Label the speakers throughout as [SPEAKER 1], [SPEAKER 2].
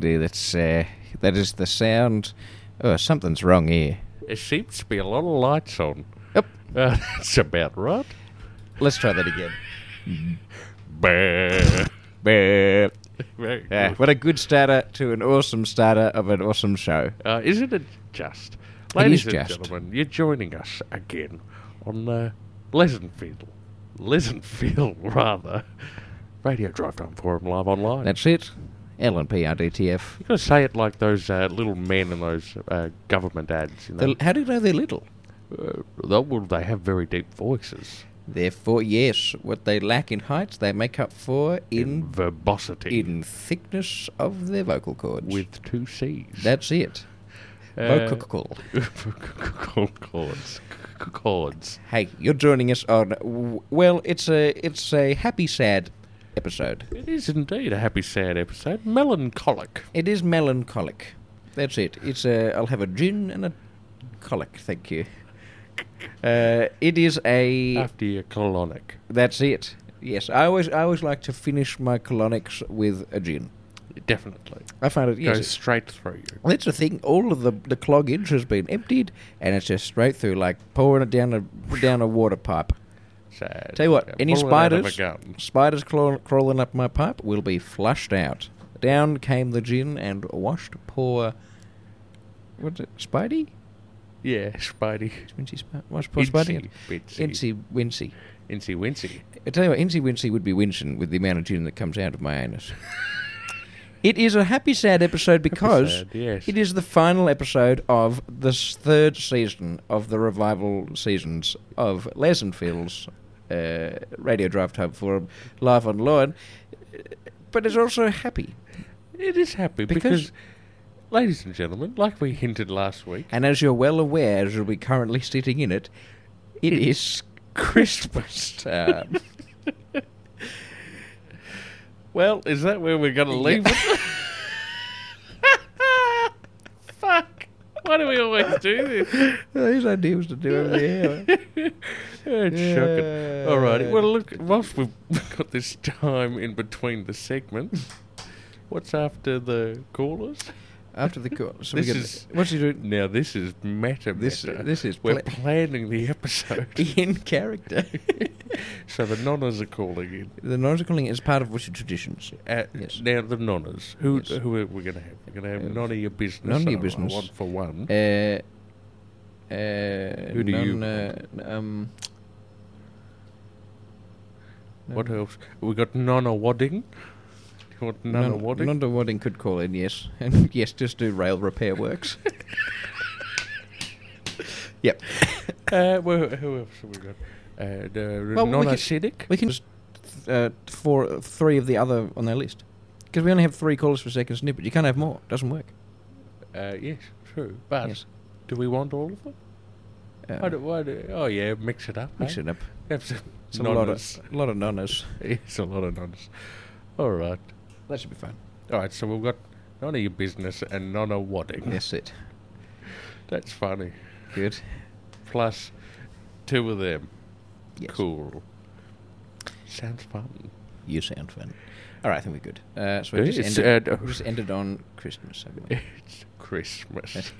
[SPEAKER 1] electricity that's uh, that is the sound. Oh, something's wrong here.
[SPEAKER 2] It seems to be a lot of lights on.
[SPEAKER 1] Yep.
[SPEAKER 2] Uh, that's about right.
[SPEAKER 1] Let's try that again.
[SPEAKER 2] Bah.
[SPEAKER 1] Beep.
[SPEAKER 2] Very good.
[SPEAKER 1] Yeah, Ah, what a good starter to an awesome starter of an awesome show.
[SPEAKER 2] Uh, isn't it just?
[SPEAKER 1] It
[SPEAKER 2] Ladies
[SPEAKER 1] is
[SPEAKER 2] and
[SPEAKER 1] just.
[SPEAKER 2] gentlemen, you're joining us again on uh, Lesenfield. Lesenfield, rather. Radio Drive Time Forum live online.
[SPEAKER 1] That's it. LNPRDTF.
[SPEAKER 2] You've got to say it like those uh, little men in those uh, government ads. You know?
[SPEAKER 1] How do you know they're little?
[SPEAKER 2] Uh, they, well, they have very deep voices.
[SPEAKER 1] Therefore, yes, what they lack in height, they make up for in
[SPEAKER 2] verbosity.
[SPEAKER 1] in thickness of their vocal cords.
[SPEAKER 2] With two C's.
[SPEAKER 1] That's it.
[SPEAKER 2] Uh,
[SPEAKER 1] Vocal.
[SPEAKER 2] chords. Chords.
[SPEAKER 1] Hey, you're joining us on w- well, it's a it's a happy sad episode.
[SPEAKER 2] It is indeed a happy, sad episode. Melancholic.
[SPEAKER 1] It is melancholic. That's it. It's a. I'll have a gin and a colic. Thank you. Uh, it is a.
[SPEAKER 2] After your colonic.
[SPEAKER 1] That's it. Yes, I always I always like to finish my colonics with a gin.
[SPEAKER 2] Definitely.
[SPEAKER 1] I find it yes.
[SPEAKER 2] Goes straight through you.
[SPEAKER 1] Well, That's the thing. All of the the cloggage has been emptied, and it's just straight through, like pouring it down a down a water pipe.
[SPEAKER 2] Sad.
[SPEAKER 1] Tell you what,
[SPEAKER 2] Yeah,
[SPEAKER 1] any
[SPEAKER 2] pulling out of a
[SPEAKER 1] spiders
[SPEAKER 2] gun.
[SPEAKER 1] spiders claw, crawling up my pipe will be flushed out. Down came the gin and washed poor. What's it? Spidey?
[SPEAKER 2] Yeah, Spidey.
[SPEAKER 1] Wincy Spidey? What's poor
[SPEAKER 2] Incy
[SPEAKER 1] Spidey?
[SPEAKER 2] Wincy.
[SPEAKER 1] Incy Wincy.
[SPEAKER 2] Incy Wincy.
[SPEAKER 1] I tell you what, Incy Wincy would be wincing with the amount of gin that comes out of my anus. it is a happy, sad episode because
[SPEAKER 2] sad, yes.
[SPEAKER 1] it is the final episode of the s- third season of the revival seasons of Les and Phil's uh, Radio Drive Time Forum live on Lawn. But it's also happy.
[SPEAKER 2] It is happy
[SPEAKER 1] Because-
[SPEAKER 2] because, ladies and gentlemen, like we hinted last week,
[SPEAKER 1] And as you're well aware, as we're currently sitting in it, it is Christmas time.
[SPEAKER 2] Well, is that where we're going to leave it? Fuck. Why do we always do this?
[SPEAKER 1] These ideas to do over there.
[SPEAKER 2] Oh, It's shocking. All righty. Well, look, whilst we've got this time in between the segments, what's after the callers?
[SPEAKER 1] After the call. So
[SPEAKER 2] This
[SPEAKER 1] we got,
[SPEAKER 2] is-
[SPEAKER 1] what's he doing?
[SPEAKER 2] Now, this is meta
[SPEAKER 1] This-
[SPEAKER 2] meta.
[SPEAKER 1] this is
[SPEAKER 2] We're
[SPEAKER 1] pla-
[SPEAKER 2] planning the episode.
[SPEAKER 1] In character.
[SPEAKER 2] so the nonnas are calling in.
[SPEAKER 1] the noise calling is part of Witcher traditions.
[SPEAKER 2] Uh,
[SPEAKER 1] Yes.
[SPEAKER 2] Now, the nonnas. Who,
[SPEAKER 1] Yes.
[SPEAKER 2] who are we going to have? We're going to have
[SPEAKER 1] Uh,
[SPEAKER 2] none of your business.
[SPEAKER 1] none of your
[SPEAKER 2] I- I
[SPEAKER 1] business.
[SPEAKER 2] want for one.
[SPEAKER 1] Uh, uh,
[SPEAKER 2] Who do you
[SPEAKER 1] you? Um,
[SPEAKER 2] What else? We got Nana Wadding. You want Nana
[SPEAKER 1] None-
[SPEAKER 2] Wadding?
[SPEAKER 1] Nanda Wadding could call in, yes. And yes, just do rail repair works. yep.
[SPEAKER 2] uh, who, who else have we got? Uh, the
[SPEAKER 1] Well, we
[SPEAKER 2] Nana
[SPEAKER 1] can-
[SPEAKER 2] Siddick.
[SPEAKER 1] We can just uh, four, three of the other on their list. Because we only have three callers for a second snippet. You can't have more. doesn't work.
[SPEAKER 2] Uh, yes, true. But
[SPEAKER 1] Yes.
[SPEAKER 2] do we want all of them?
[SPEAKER 1] Uh,
[SPEAKER 2] Why do, why do, oh, yeah, mix it up.
[SPEAKER 1] mix
[SPEAKER 2] eh?
[SPEAKER 1] it up.
[SPEAKER 2] Have some
[SPEAKER 1] It's a lot
[SPEAKER 2] nonnas.
[SPEAKER 1] of, a lot of nonnas.
[SPEAKER 2] it's a lot of nonnas. All right.
[SPEAKER 1] That should be fun.
[SPEAKER 2] All right, so we've got None of Your Business and Nana Wadding.
[SPEAKER 1] That's it.
[SPEAKER 2] That's funny.
[SPEAKER 1] Good.
[SPEAKER 2] Plus two of them.
[SPEAKER 1] Yes.
[SPEAKER 2] Cool. Sounds fun.
[SPEAKER 1] You sound fun. All right, I think we're good. Uh, so
[SPEAKER 2] Yeah,
[SPEAKER 1] we just
[SPEAKER 2] it's,
[SPEAKER 1] ended,
[SPEAKER 2] uh,
[SPEAKER 1] we just ended on Christmas. haven't we?
[SPEAKER 2] It's Christmas.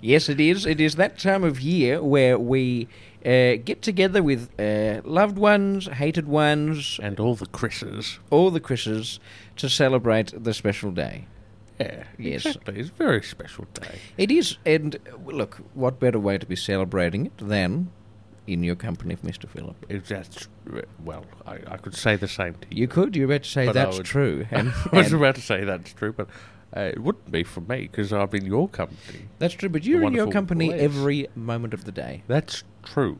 [SPEAKER 1] yes, it is. It is that time of year where we uh, get together with uh, loved ones, hated ones,
[SPEAKER 2] and all the Chris's.
[SPEAKER 1] all the Chris's to celebrate the special day.
[SPEAKER 2] Yeah,
[SPEAKER 1] Yes.
[SPEAKER 2] exactly. It's a very special day.
[SPEAKER 1] It is, and uh, well, look, what better way to be celebrating it than in your company of Mr. Philip?
[SPEAKER 2] If that's well, I, I could say the same to you.
[SPEAKER 1] You could. You're about to say
[SPEAKER 2] But I
[SPEAKER 1] that's
[SPEAKER 2] would-
[SPEAKER 1] true, and,
[SPEAKER 2] I was
[SPEAKER 1] and-
[SPEAKER 2] about to say that's true, but uh, it wouldn't be for me because I'm in your company.
[SPEAKER 1] that's true. But you're in your
[SPEAKER 2] wonderful
[SPEAKER 1] company
[SPEAKER 2] place.
[SPEAKER 1] every moment of the day.
[SPEAKER 2] That's true.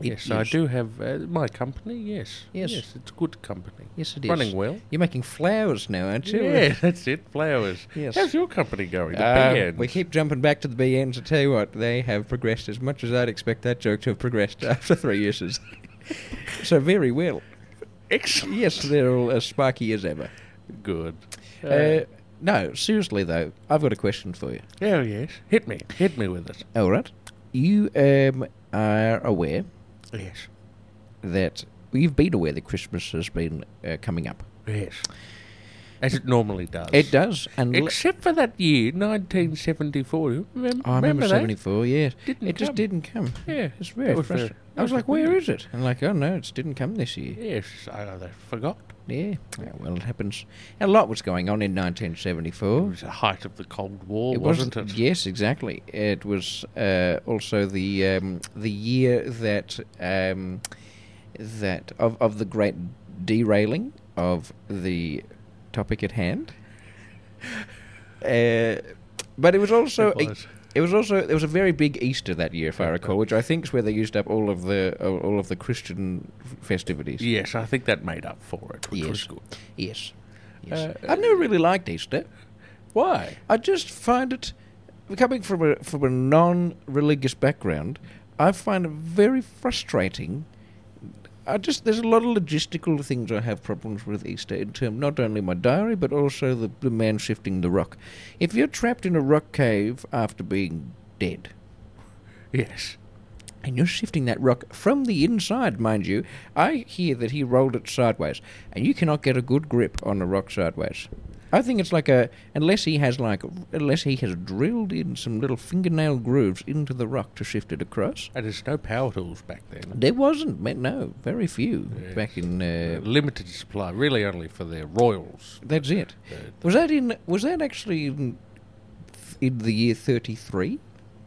[SPEAKER 1] It
[SPEAKER 2] yes, I
[SPEAKER 1] is.
[SPEAKER 2] do have uh, my company. Yes,
[SPEAKER 1] Yes.
[SPEAKER 2] it's good company.
[SPEAKER 1] Yes, it is.
[SPEAKER 2] running well.
[SPEAKER 1] You're making flowers now, aren't you?
[SPEAKER 2] Yeah, that's it. Flowers.
[SPEAKER 1] Yes.
[SPEAKER 2] How's your company going? The
[SPEAKER 1] Uh,
[SPEAKER 2] bands?
[SPEAKER 1] we keep jumping back to the BNs. I tell you what, they have progressed as much as I'd expect that joke to have progressed after three uses. so very well.
[SPEAKER 2] excellent.
[SPEAKER 1] Yes, they're all as sparky as ever.
[SPEAKER 2] Good.
[SPEAKER 1] Uh, no, seriously though, I've got a question for you.
[SPEAKER 2] oh yes, hit me, hit me with it.
[SPEAKER 1] All right, you um, are aware
[SPEAKER 2] Yes,
[SPEAKER 1] that you've been aware that Christmas has been uh, coming up.
[SPEAKER 2] yes. as it normally does.
[SPEAKER 1] It does. And l-
[SPEAKER 2] Except for that year, 1974. You remem-
[SPEAKER 1] I remember
[SPEAKER 2] that?
[SPEAKER 1] 74, yes.
[SPEAKER 2] Didn't
[SPEAKER 1] It just
[SPEAKER 2] come.
[SPEAKER 1] didn't come.
[SPEAKER 2] Yeah.
[SPEAKER 1] It's very
[SPEAKER 2] That was
[SPEAKER 1] frustrating.
[SPEAKER 2] very-
[SPEAKER 1] I was
[SPEAKER 2] that
[SPEAKER 1] like, where is it? And like, oh no, it didn't come this year.
[SPEAKER 2] Yes, I, I forgot.
[SPEAKER 1] Yeah. Oh, well, it happens. A lot was going on in
[SPEAKER 2] It
[SPEAKER 1] 1974.
[SPEAKER 2] was the height of the Cold War,
[SPEAKER 1] It was-
[SPEAKER 2] wasn't it?
[SPEAKER 1] Yes, exactly. It was uh, also the um, the year that um, that of of the great derailing of the topic at hand. Uh, but it was also
[SPEAKER 2] It
[SPEAKER 1] a-
[SPEAKER 2] was.
[SPEAKER 1] it was also there was a very big Easter that year, if I
[SPEAKER 2] Okay.
[SPEAKER 1] recall, which I think is where they used up all of the all- all of the Christian f- festivities.
[SPEAKER 2] Yes, I think that made up for it, which
[SPEAKER 1] Yes.
[SPEAKER 2] was good.
[SPEAKER 1] Yes. Yes.
[SPEAKER 2] Uh,
[SPEAKER 1] I've never really liked Easter.
[SPEAKER 2] Why?
[SPEAKER 1] I just find it coming from a from a non-religious background. I find it very frustrating. I just there's a lot of logistical things I have problems with Easter in term not only my diary but also the, the man shifting the rock. If you're trapped in a rock cave after being dead,
[SPEAKER 2] Yes.
[SPEAKER 1] and you're shifting that rock from the inside, mind you. I hear that he rolled it sideways, and you cannot get a good grip on a rock sideways. I think it's like a unless he has like unless he has drilled in some little fingernail grooves into the rock to shift it across.
[SPEAKER 2] And there's no power tools back then.
[SPEAKER 1] There wasn't ma- no very few
[SPEAKER 2] Yes.
[SPEAKER 1] back in.
[SPEAKER 2] Uh,
[SPEAKER 1] Uh,
[SPEAKER 2] limited supply, really only for their royals.
[SPEAKER 1] that's it.
[SPEAKER 2] Uh,
[SPEAKER 1] Was that in? Was that actually in, in the year thirty three?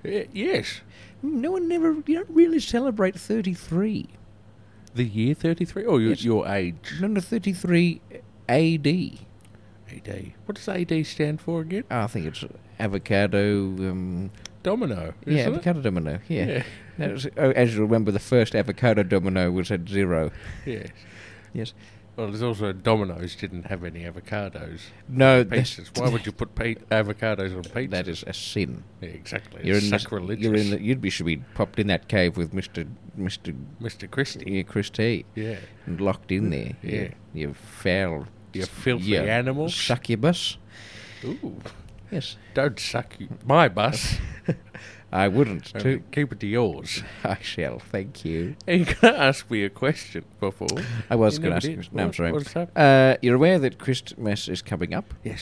[SPEAKER 2] y- Uh, yes.
[SPEAKER 1] No one never. You don't really celebrate thirty three.
[SPEAKER 2] The year 33? Or your,
[SPEAKER 1] Yes.
[SPEAKER 2] your age?
[SPEAKER 1] No, no, thirty three A.D.
[SPEAKER 2] AD. What does AD stand for again?
[SPEAKER 1] I think it's avocado. Um,
[SPEAKER 2] Domino.
[SPEAKER 1] yeah,
[SPEAKER 2] isn't it?
[SPEAKER 1] avocado domino. Yeah.
[SPEAKER 2] Yeah.
[SPEAKER 1] That was- oh, as you remember, the first avocado domino was at zero.
[SPEAKER 2] Yes.
[SPEAKER 1] Yes.
[SPEAKER 2] Well, there's also Domino's didn't have any avocados.
[SPEAKER 1] No, that's-
[SPEAKER 2] Pizzas. Why would you put pe- avocados on pizza?
[SPEAKER 1] that is a sin.
[SPEAKER 2] Yeah, exactly.
[SPEAKER 1] You're
[SPEAKER 2] it's
[SPEAKER 1] in, the,
[SPEAKER 2] sacrilegious.
[SPEAKER 1] you're in the, you'd be should be popped in that cave with Mister Mister
[SPEAKER 2] Mr. Christie.
[SPEAKER 1] Christie
[SPEAKER 2] Yeah.
[SPEAKER 1] and locked in there.
[SPEAKER 2] Yeah.
[SPEAKER 1] you, you foul,
[SPEAKER 2] You filthy
[SPEAKER 1] you
[SPEAKER 2] animals.
[SPEAKER 1] succubus.
[SPEAKER 2] Ooh.
[SPEAKER 1] Yes,
[SPEAKER 2] Don't suck you. my bus.
[SPEAKER 1] I wouldn't
[SPEAKER 2] Only
[SPEAKER 1] too.
[SPEAKER 2] Keep it to yours.
[SPEAKER 1] I shall. Thank you.
[SPEAKER 2] And you going to ask me a question before?
[SPEAKER 1] I was
[SPEAKER 2] You
[SPEAKER 1] going to
[SPEAKER 2] never
[SPEAKER 1] ask.
[SPEAKER 2] did.
[SPEAKER 1] you- No, I'm
[SPEAKER 2] What-
[SPEAKER 1] sorry.
[SPEAKER 2] what's up?
[SPEAKER 1] Uh, you're aware that Christmas is coming up.
[SPEAKER 2] Yes.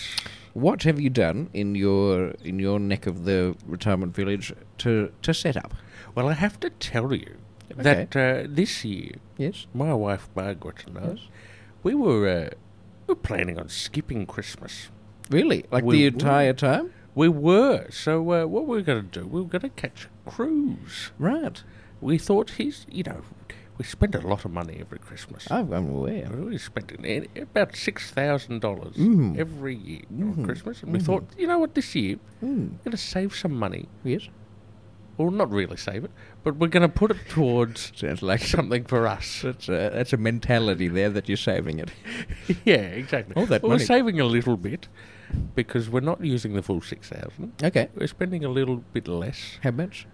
[SPEAKER 1] What have you done in your in your neck of the retirement village to to set up?
[SPEAKER 2] Well, I have to tell you
[SPEAKER 1] Okay.
[SPEAKER 2] that uh, this year,
[SPEAKER 1] Yes.
[SPEAKER 2] my wife Margaret and I,
[SPEAKER 1] Yes.
[SPEAKER 2] we were uh, we were planning on skipping Christmas.
[SPEAKER 1] Really? Like
[SPEAKER 2] We
[SPEAKER 1] the
[SPEAKER 2] were.
[SPEAKER 1] entire time?
[SPEAKER 2] We were. So uh, what we were going to do, we were going to catch a cruise.
[SPEAKER 1] Right.
[SPEAKER 2] We thought he's, you know, we spend a lot of money every Christmas.
[SPEAKER 1] I'm, I'm aware.
[SPEAKER 2] We spent an- about six thousand dollars
[SPEAKER 1] Mhm.
[SPEAKER 2] every year
[SPEAKER 1] Mhm.
[SPEAKER 2] on Christmas, and we
[SPEAKER 1] Mhm.
[SPEAKER 2] thought, you know what, this year
[SPEAKER 1] Hmm.
[SPEAKER 2] we're going to save some money.
[SPEAKER 1] Yes.
[SPEAKER 2] Well, not really save it, but we're going to put it towards
[SPEAKER 1] Sounds like some.
[SPEAKER 2] something for us.
[SPEAKER 1] That's a, that's a mentality there that you're saving it.
[SPEAKER 2] yeah, exactly.
[SPEAKER 1] All that
[SPEAKER 2] Well,
[SPEAKER 1] money.
[SPEAKER 2] We're saving a little bit because we're not using the full six thousand.
[SPEAKER 1] Okay.
[SPEAKER 2] We're spending a little bit less,
[SPEAKER 1] How much?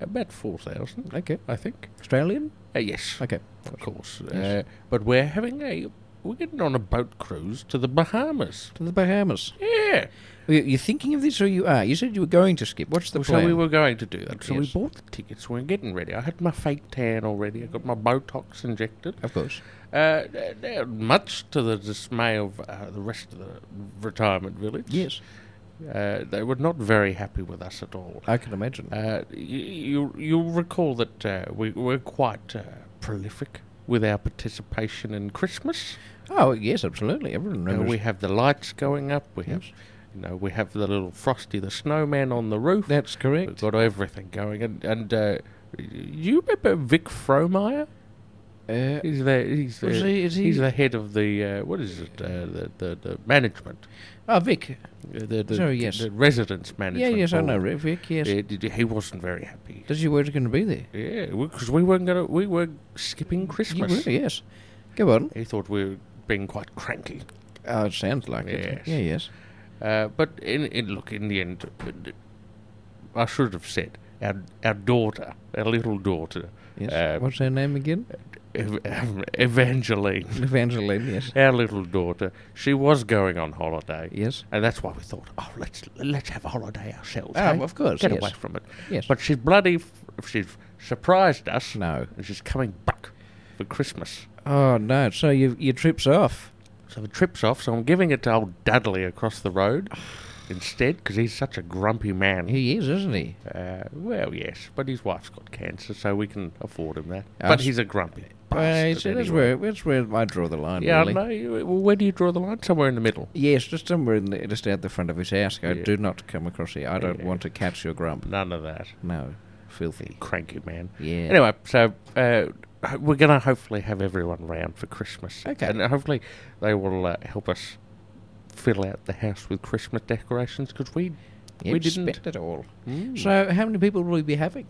[SPEAKER 2] about four thousand,
[SPEAKER 1] Okay.
[SPEAKER 2] I think.
[SPEAKER 1] Australian?
[SPEAKER 2] Uh, yes,
[SPEAKER 1] Okay.
[SPEAKER 2] of course.
[SPEAKER 1] Yes.
[SPEAKER 2] Uh, but we're having a we're getting on a boat cruise to the Bahamas.
[SPEAKER 1] To the Bahamas.
[SPEAKER 2] Yeah.
[SPEAKER 1] You- You're thinking of this, or you are? You said you were going to skip. What's the
[SPEAKER 2] Well,
[SPEAKER 1] plan?
[SPEAKER 2] So we were going to do that. So we
[SPEAKER 1] Yes.
[SPEAKER 2] bought the tickets. We're getting ready. I had my fake tan already. I got my Botox injected.
[SPEAKER 1] Of course.
[SPEAKER 2] Uh, th- th- much to the dismay of uh, the rest of the retirement village.
[SPEAKER 1] Yes.
[SPEAKER 2] Uh, they were not very happy with us at all.
[SPEAKER 1] I can imagine.
[SPEAKER 2] Uh, y- you you'll recall that uh, we we're quite uh, prolific with our participation in Christmas.
[SPEAKER 1] oh yes, absolutely. Everyone
[SPEAKER 2] Uh,
[SPEAKER 1] remembers.
[SPEAKER 2] we have the lights going up. We have
[SPEAKER 1] Yes.
[SPEAKER 2] you know we have the little Frosty the Snowman on the roof.
[SPEAKER 1] That's
[SPEAKER 2] We've
[SPEAKER 1] correct.
[SPEAKER 2] got everything going. And, and uh, you remember Vic Fromeyer?
[SPEAKER 1] Uh,
[SPEAKER 2] He's the he's the,
[SPEAKER 1] Was he- is
[SPEAKER 2] he's
[SPEAKER 1] he-
[SPEAKER 2] the head of the uh, what is it? Uh, the, the the management.
[SPEAKER 1] oh, Vic.
[SPEAKER 2] Uh, The, the,
[SPEAKER 1] Sorry, yes.
[SPEAKER 2] the residence
[SPEAKER 1] Yeah,
[SPEAKER 2] management.
[SPEAKER 1] yes, I know
[SPEAKER 2] board.
[SPEAKER 1] Rick. Vic, yes.
[SPEAKER 2] Uh, d- d- he wasn't very happy.
[SPEAKER 1] Does your word going to be there?
[SPEAKER 2] Yeah, because we weren't gonna we were skipping
[SPEAKER 1] You
[SPEAKER 2] Christmas.
[SPEAKER 1] were, yes. Go on.
[SPEAKER 2] He thought we were being quite cranky.
[SPEAKER 1] Oh, it sounds like it.
[SPEAKER 2] Yes.
[SPEAKER 1] Yeah, yes.
[SPEAKER 2] Uh, but in, in look, in the end, I should have said our our daughter, our little daughter,
[SPEAKER 1] Yes.
[SPEAKER 2] Uh,
[SPEAKER 1] What's her name again?
[SPEAKER 2] Ev- Evangeline.
[SPEAKER 1] Evangeline, yes.
[SPEAKER 2] our little daughter, she was going on holiday.
[SPEAKER 1] Yes.
[SPEAKER 2] And that's why we thought, oh, let's let's have a holiday ourselves.
[SPEAKER 1] Ah,
[SPEAKER 2] hey?
[SPEAKER 1] of course,
[SPEAKER 2] get
[SPEAKER 1] yes.
[SPEAKER 2] away from it.
[SPEAKER 1] Yes.
[SPEAKER 2] But she's bloody, f- she's surprised us,
[SPEAKER 1] No.
[SPEAKER 2] and she's coming back for Christmas.
[SPEAKER 1] Oh, no. So you, your trip's off.
[SPEAKER 2] So the trip's off, so I'm giving it to old Dudley across the road instead because he's such a grumpy man.
[SPEAKER 1] He is, isn't he?
[SPEAKER 2] Uh, well, yes, but his wife's got cancer, so we can afford him that.
[SPEAKER 1] I
[SPEAKER 2] but
[SPEAKER 1] s-
[SPEAKER 2] he's a grumpy.
[SPEAKER 1] Well,
[SPEAKER 2] bastard
[SPEAKER 1] see, that's
[SPEAKER 2] anyway.
[SPEAKER 1] where that's where I draw the line.
[SPEAKER 2] Yeah,
[SPEAKER 1] really.
[SPEAKER 2] I know. You- Well, where do you draw the line? Somewhere in the middle.
[SPEAKER 1] Yes, just somewhere in the, just out the front of his house. Go,
[SPEAKER 2] Yeah.
[SPEAKER 1] do not come across here. I don't
[SPEAKER 2] Yeah.
[SPEAKER 1] want to catch your grump.
[SPEAKER 2] None of that.
[SPEAKER 1] No, filthy.
[SPEAKER 2] Cranky man.
[SPEAKER 1] Yeah.
[SPEAKER 2] Anyway, so uh, ho- we're going to hopefully have everyone round for Christmas.
[SPEAKER 1] Okay.
[SPEAKER 2] And hopefully they will uh, help us fill out the house with Christmas decorations because we,
[SPEAKER 1] You
[SPEAKER 2] we didn't.
[SPEAKER 1] expect it all.
[SPEAKER 2] Mm.
[SPEAKER 1] So, how many people will we be having?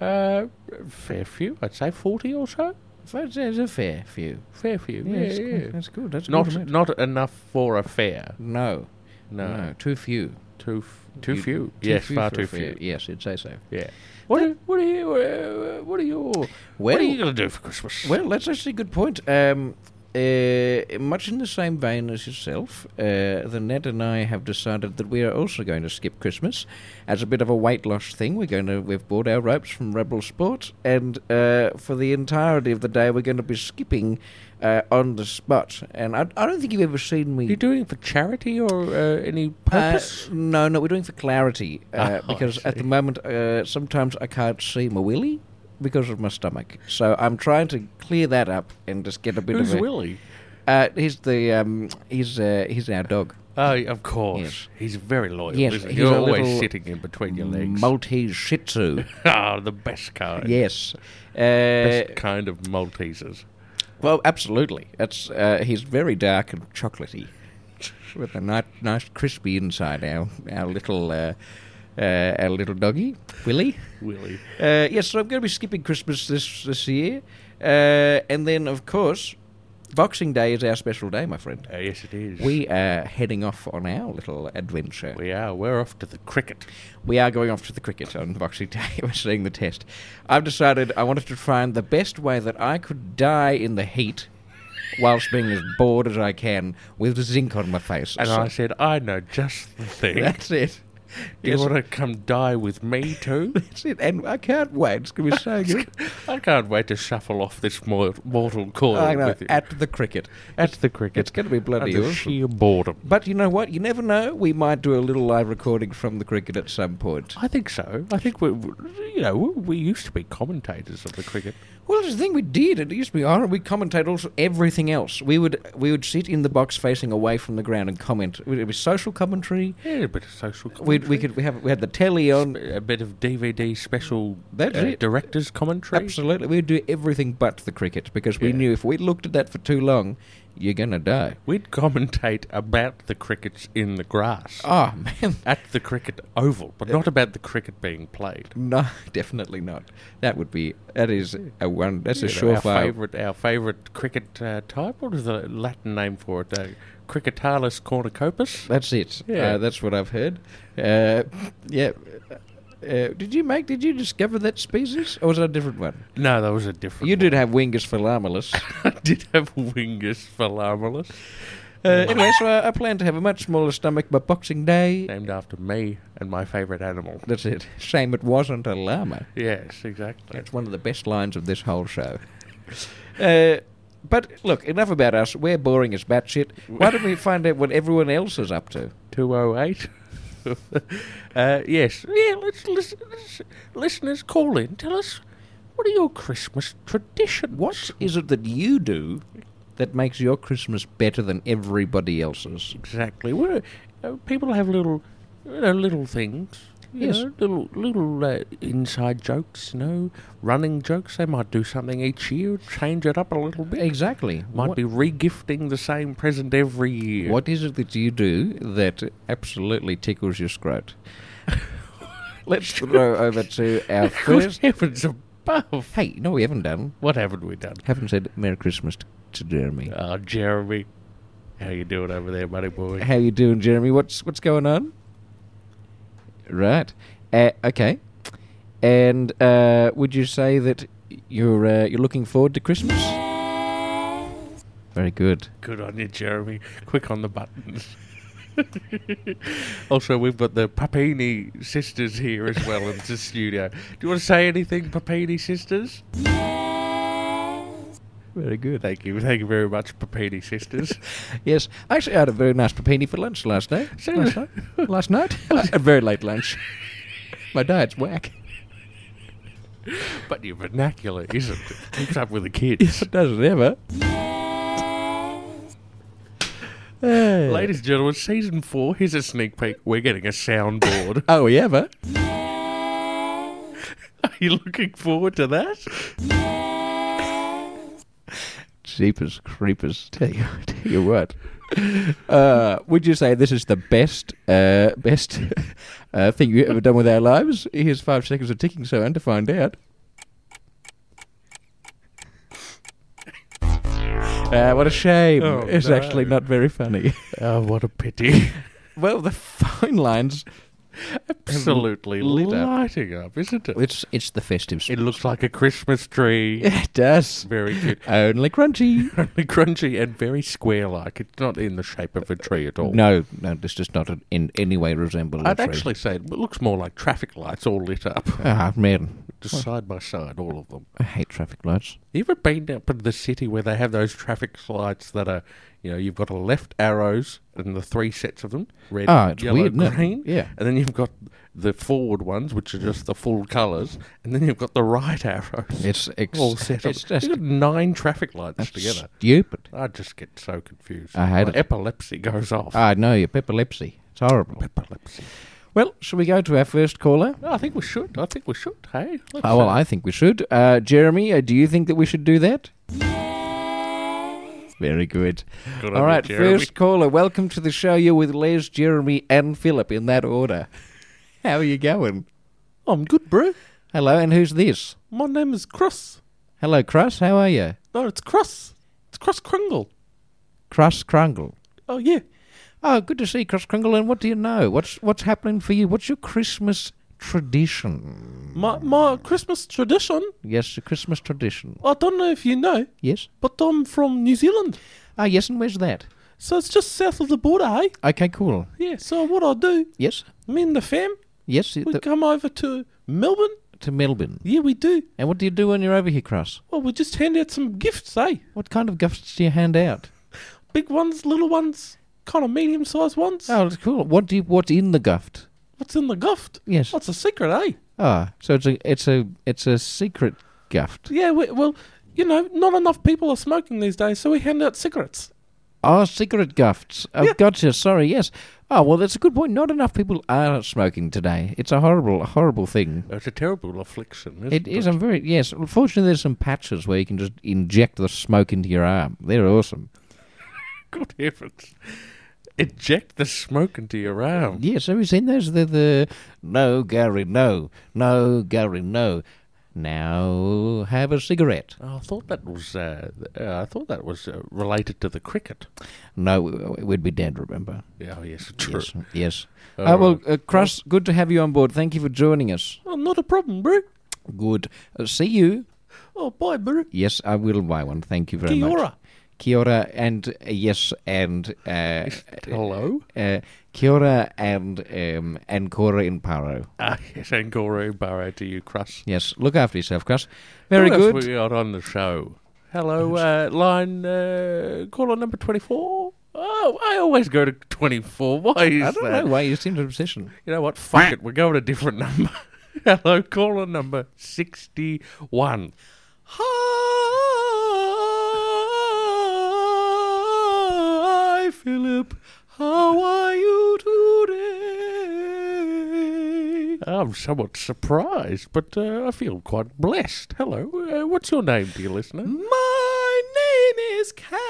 [SPEAKER 2] Uh, fair few. I'd say 40 or so.
[SPEAKER 1] That's that's a fair few.
[SPEAKER 2] Fair few.
[SPEAKER 1] Yeah,
[SPEAKER 2] Yeah,
[SPEAKER 1] that's,
[SPEAKER 2] yeah.
[SPEAKER 1] Good. that's good. That's a good
[SPEAKER 2] Not
[SPEAKER 1] amount.
[SPEAKER 2] not enough for a fair.
[SPEAKER 1] no,
[SPEAKER 2] No.
[SPEAKER 1] too few.
[SPEAKER 2] Too f- too
[SPEAKER 1] You-
[SPEAKER 2] few. yes,
[SPEAKER 1] few
[SPEAKER 2] far
[SPEAKER 1] for a
[SPEAKER 2] too
[SPEAKER 1] fair.
[SPEAKER 2] few.
[SPEAKER 1] Yes, you'd say so.
[SPEAKER 2] Yeah. What are, what are you uh, what are your
[SPEAKER 1] Well-
[SPEAKER 2] what are you going to do for Christmas?
[SPEAKER 1] Well, that's actually a good point. Um, uh, much in the same vein as yourself, uh, the Ned and I have decided that we are also going to skip Christmas as a bit of a weight loss thing. We're going to we've bought our ropes from Rebel Sport, and uh, for the entirety of the day, we're going to be skipping uh, on the spot. And I, I don't think you've ever seen me
[SPEAKER 2] are you doing it for charity or uh, any
[SPEAKER 1] uh,
[SPEAKER 2] purpose?
[SPEAKER 1] no, no, we're doing for clarity uh,
[SPEAKER 2] Oh, I
[SPEAKER 1] because at the
[SPEAKER 2] see.
[SPEAKER 1] moment uh, sometimes I can't see my willy because of my stomach. So I'm trying to clear that up and just get a bit
[SPEAKER 2] Who's
[SPEAKER 1] of a.
[SPEAKER 2] Willie?
[SPEAKER 1] Uh, he's the um, he's uh, he's our dog.
[SPEAKER 2] Oh, of course. He's very loyal.
[SPEAKER 1] Yes,
[SPEAKER 2] isn't he?
[SPEAKER 1] he's
[SPEAKER 2] You're
[SPEAKER 1] a
[SPEAKER 2] always
[SPEAKER 1] little
[SPEAKER 2] sitting in between your legs.
[SPEAKER 1] Maltese Shih Tzu.
[SPEAKER 2] Ah, the best kind.
[SPEAKER 1] yes.
[SPEAKER 2] Best
[SPEAKER 1] Uh,
[SPEAKER 2] kind of Maltesers.
[SPEAKER 1] well, absolutely. That's uh, he's very dark and chocolatey, with a nice, nice crispy inside. Our our little uh, uh, our little doggy Willie.
[SPEAKER 2] Willie.
[SPEAKER 1] Uh, yes, so I'm going to be skipping Christmas this this year, uh, and then of course, Boxing Day is our special day, my friend.
[SPEAKER 2] Uh, yes, it is.
[SPEAKER 1] We are heading off on our little adventure.
[SPEAKER 2] we are. We're off to the cricket.
[SPEAKER 1] We are going off to the cricket on Boxing Day. We're seeing the test. I've decided I wanted to find the best way that I could die in the heat, whilst being as bored as I can with zinc on my face.
[SPEAKER 2] And
[SPEAKER 1] So
[SPEAKER 2] I said, I know just the thing.
[SPEAKER 1] that's it.
[SPEAKER 2] Do you
[SPEAKER 1] Yes,
[SPEAKER 2] want to come die with me too?
[SPEAKER 1] that's it. And I can't wait. It's going to be so good.
[SPEAKER 2] I can't wait to shuffle off this mor- mortal coil
[SPEAKER 1] I know,
[SPEAKER 2] with you.
[SPEAKER 1] at the cricket.
[SPEAKER 2] At the cricket.
[SPEAKER 1] It's going to be bloody
[SPEAKER 2] Under
[SPEAKER 1] awesome.
[SPEAKER 2] sheer boredom.
[SPEAKER 1] But you know what? You never know. We might do a little live recording from the cricket at some point.
[SPEAKER 2] I think so. I think we, we- you know, we, we used to be commentators of the cricket.
[SPEAKER 1] Well, that's the thing we did. It used to be horrible. We commentate also everything else. We would we would sit in the box facing away from the ground and comment. It was social commentary.
[SPEAKER 2] Yeah, a bit of social.
[SPEAKER 1] We
[SPEAKER 2] Commentary.
[SPEAKER 1] we could we have we had the telly on.
[SPEAKER 2] a bit of DVD special.
[SPEAKER 1] That's
[SPEAKER 2] uh,
[SPEAKER 1] it.
[SPEAKER 2] Directors commentary.
[SPEAKER 1] Absolutely, we'd do everything but the cricket because we
[SPEAKER 2] Yeah.
[SPEAKER 1] knew if we looked at that for too long, you're gonna die.
[SPEAKER 2] We'd commentate about the crickets in the grass
[SPEAKER 1] Oh man,
[SPEAKER 2] at the cricket oval, but not about the cricket being played.
[SPEAKER 1] no, definitely not. That would be that is a one. That's a
[SPEAKER 2] You know, Our
[SPEAKER 1] surefire.
[SPEAKER 2] favourite, our favourite cricket uh, type. What is the Latin name for it? Uh, Cricketalis cornucopus.
[SPEAKER 1] That's it.
[SPEAKER 2] Yeah.
[SPEAKER 1] Uh, that's what I've heard. Uh, yeah. Uh, did you make? Did you discover that species, or was it a different one?
[SPEAKER 2] No, that was a different.
[SPEAKER 1] You
[SPEAKER 2] one.
[SPEAKER 1] did have Wingus phalamalus.
[SPEAKER 2] I did have Wingus phalamalus,
[SPEAKER 1] uh, anyway, so I, I plan to have a much smaller stomach by Boxing Day.
[SPEAKER 2] named after me and my favourite animal.
[SPEAKER 1] That's it. Shame it wasn't a llama.
[SPEAKER 2] Yes, exactly.
[SPEAKER 1] That's one of the best lines of this whole show. Uh, but look, enough about us. We're boring as batshit. Why don't we find out what everyone else is up to?
[SPEAKER 2] Two oh eight. Uh, yes, yeah. Let's listen. Let's, listeners, call in. Tell us what are your Christmas traditions.
[SPEAKER 1] What is it that you do that makes your Christmas better than everybody else's?
[SPEAKER 2] Exactly. We're, uh, people have little, you know, little things. You
[SPEAKER 1] Yes.
[SPEAKER 2] know, little little uh, inside jokes. You know, running jokes. They might do something each year, change it up a little bit.
[SPEAKER 1] Exactly.
[SPEAKER 2] Might
[SPEAKER 1] What-
[SPEAKER 2] be regifting the same present every year.
[SPEAKER 1] What is it that you do that absolutely tickles your scrot? Let's throw over to our
[SPEAKER 2] Good
[SPEAKER 1] first.
[SPEAKER 2] heavens above!
[SPEAKER 1] Hey, no, we haven't done.
[SPEAKER 2] What haven't we done?
[SPEAKER 1] Haven't said Merry Christmas t- to Jeremy.
[SPEAKER 2] Oh, Jeremy, how you doing over there, buddy boy?
[SPEAKER 1] How you doing, Jeremy? What's what's going on? Right. Uh, okay. And uh, would you say that you're uh, you're looking forward to Christmas? Very good.
[SPEAKER 2] Good on you, Jeremy. Quick on the buttons. also, we've got the Papini sisters here as well in the studio. Do you want to say anything, Papini sisters?
[SPEAKER 1] Very good.
[SPEAKER 2] Thank you. Thank you very much, Papini Sisters.
[SPEAKER 1] Yes, actually, I had a very nice papini for lunch last night.
[SPEAKER 2] So-
[SPEAKER 1] last night, last night? a very late lunch. My diet's whack.
[SPEAKER 2] but your vernacular isn't. It keeps up with the
[SPEAKER 1] Yes,
[SPEAKER 2] kids.
[SPEAKER 1] it doesn't ever. Hey.
[SPEAKER 2] Ladies and gentlemen, season four, here's a sneak peek. We're getting a soundboard.
[SPEAKER 1] Oh, we ever?
[SPEAKER 2] Are you looking forward to that?
[SPEAKER 1] Jeepers creepers. Tell you, tell you what. Uh, would you say this is the best, uh, best uh, thing you've ever done with our lives? Here's five seconds of ticking sound to find out. Uh, what a shame.
[SPEAKER 2] Oh,
[SPEAKER 1] it's actually
[SPEAKER 2] no.
[SPEAKER 1] not very funny.
[SPEAKER 2] Oh, what a pity.
[SPEAKER 1] well, the fine lines.
[SPEAKER 2] Absolutely
[SPEAKER 1] Lit up.
[SPEAKER 2] lighting up, isn't it?
[SPEAKER 1] It's it's the festive.
[SPEAKER 2] It looks like a Christmas tree.
[SPEAKER 1] It does.
[SPEAKER 2] Very cute.
[SPEAKER 1] Only crunchy.
[SPEAKER 2] Only crunchy and very square like. It's not in the shape of a tree at all.
[SPEAKER 1] No, no, this does not in any way resemble. a
[SPEAKER 2] I'd
[SPEAKER 1] tree.
[SPEAKER 2] actually say it looks more like traffic lights all lit up.
[SPEAKER 1] Ah, man,
[SPEAKER 2] Just side by side, all of them.
[SPEAKER 1] I hate traffic lights.
[SPEAKER 2] You ever been up into the city where they have those traffic lights that are, you know, you've got a left arrows and the three sets of them red,
[SPEAKER 1] Ah, it's
[SPEAKER 2] yellow,
[SPEAKER 1] weird, no.
[SPEAKER 2] green.
[SPEAKER 1] Yeah.
[SPEAKER 2] And then you've got the forward ones, which are just the full colours. And then you've got the right arrows.
[SPEAKER 1] It's ex-
[SPEAKER 2] all set up.
[SPEAKER 1] It's just
[SPEAKER 2] you've got nine traffic lights together.
[SPEAKER 1] stupid.
[SPEAKER 2] I just get so confused.
[SPEAKER 1] I hate
[SPEAKER 2] My
[SPEAKER 1] it.
[SPEAKER 2] Epilepsy goes off.
[SPEAKER 3] Uh,
[SPEAKER 1] I know Ah, your epilepsy. It's horrible.
[SPEAKER 2] epilepsy.
[SPEAKER 1] Well, shall we go to our first caller?
[SPEAKER 2] No, I think we should. I think we should. Hey, let's
[SPEAKER 1] Oh well,
[SPEAKER 2] uh,
[SPEAKER 1] I think we should. Uh, Jeremy, uh, do you think that we should do that? Very good.
[SPEAKER 2] Good on
[SPEAKER 1] All
[SPEAKER 2] you,
[SPEAKER 1] right,
[SPEAKER 2] Jeremy.
[SPEAKER 1] first caller. Welcome to the show. You're with Les, Jeremy, and Philip in that order. How are you going?
[SPEAKER 2] I'm good, bro.
[SPEAKER 1] Hello, and who's this?
[SPEAKER 2] My name is Cross.
[SPEAKER 1] Hello, Cross. How are you?
[SPEAKER 2] No, it's Cross. It's Cross Kringle.
[SPEAKER 1] Cross Krungle.
[SPEAKER 2] Oh yeah.
[SPEAKER 1] Oh, good to see you, Cross Kringle. And what do you know? What's what's happening for you? What's your Christmas tradition?
[SPEAKER 3] My, my Christmas tradition,
[SPEAKER 1] Yes, your Christmas tradition.
[SPEAKER 3] I don't know if you know,
[SPEAKER 1] Yes.
[SPEAKER 3] but I'm from New Zealand.
[SPEAKER 1] Ah, yes, and where's that?
[SPEAKER 3] So it's just south of the border, eh?
[SPEAKER 1] Okay, cool.
[SPEAKER 3] Yeah, so what I do,
[SPEAKER 1] Yes,
[SPEAKER 3] me and the fam,
[SPEAKER 1] yes,
[SPEAKER 3] we
[SPEAKER 1] the-
[SPEAKER 3] come over to Melbourne.
[SPEAKER 1] to Melbourne.
[SPEAKER 3] Yeah, we do.
[SPEAKER 1] And what do you do when you're over here, Cross?
[SPEAKER 3] Well, we just hand out some gifts, eh?
[SPEAKER 1] What kind of gifts do you hand out?
[SPEAKER 3] Big ones, little ones, kind of medium sized ones.
[SPEAKER 1] Oh, that's cool. What do you, what's in the gift?
[SPEAKER 3] What's in the gift?
[SPEAKER 1] Yes.
[SPEAKER 3] What's a secret, eh?
[SPEAKER 1] Ah, so it's a it's a it's a secret gift.
[SPEAKER 3] Yeah, we, well, you know, not enough people are smoking these days, so we hand out cigarettes.
[SPEAKER 1] Oh, secret gifts. Oh,
[SPEAKER 3] Yeah.
[SPEAKER 1] gotcha. Sorry. Yes. Oh, well, that's a good point. Not enough people are smoking today. It's a horrible, horrible thing.
[SPEAKER 2] It's a terrible affliction. Isn't
[SPEAKER 1] It is. I'm very yes. Fortunately, there's some patches where you can just inject the smoke into your arm. They're awesome.
[SPEAKER 2] Good heavens. Eject the smoke into your arm.
[SPEAKER 1] Yes, have you seen those? They're the no, Gary, no, no, Gary, no. Now have a cigarette.
[SPEAKER 2] Oh, I thought that was. Uh, th- uh, I thought that was uh, related to the cricket.
[SPEAKER 1] No, we- we'd be dead. Remember?
[SPEAKER 2] Yeah, Oh, yes, true.
[SPEAKER 1] Yes. Yes.
[SPEAKER 2] All
[SPEAKER 1] Uh, well,
[SPEAKER 2] right.
[SPEAKER 1] uh, Cross, good to have you on board. Thank you for joining us.
[SPEAKER 3] Oh, not a problem, bro.
[SPEAKER 1] Good. Uh, see you.
[SPEAKER 3] Oh, bye, bro.
[SPEAKER 1] Yes, I will buy one. Thank you very
[SPEAKER 3] Kia
[SPEAKER 1] much.
[SPEAKER 3] ora.
[SPEAKER 1] Kia ora and uh, yes and uh,
[SPEAKER 2] Hello.
[SPEAKER 1] uh, kia ora and um, ancora in paro.
[SPEAKER 2] Ah, yes, Angora Barrow to you, Cross.
[SPEAKER 1] Yes, look after yourself, Cross. Very good.
[SPEAKER 2] We are on the show. Hello, uh, line uh, caller number twenty-four. Oh, I always go to twenty-four. Why is
[SPEAKER 1] I don't
[SPEAKER 2] that?
[SPEAKER 1] know why you seem to obsession.
[SPEAKER 2] You know what? Fuck it. We're going a different number. Hello, caller number sixty-one.
[SPEAKER 1] Hi, Philip. How are you today?
[SPEAKER 2] I'm somewhat surprised, but uh, I feel quite blessed. Hello, uh, what's your name, dear listener?
[SPEAKER 1] My name is Carol,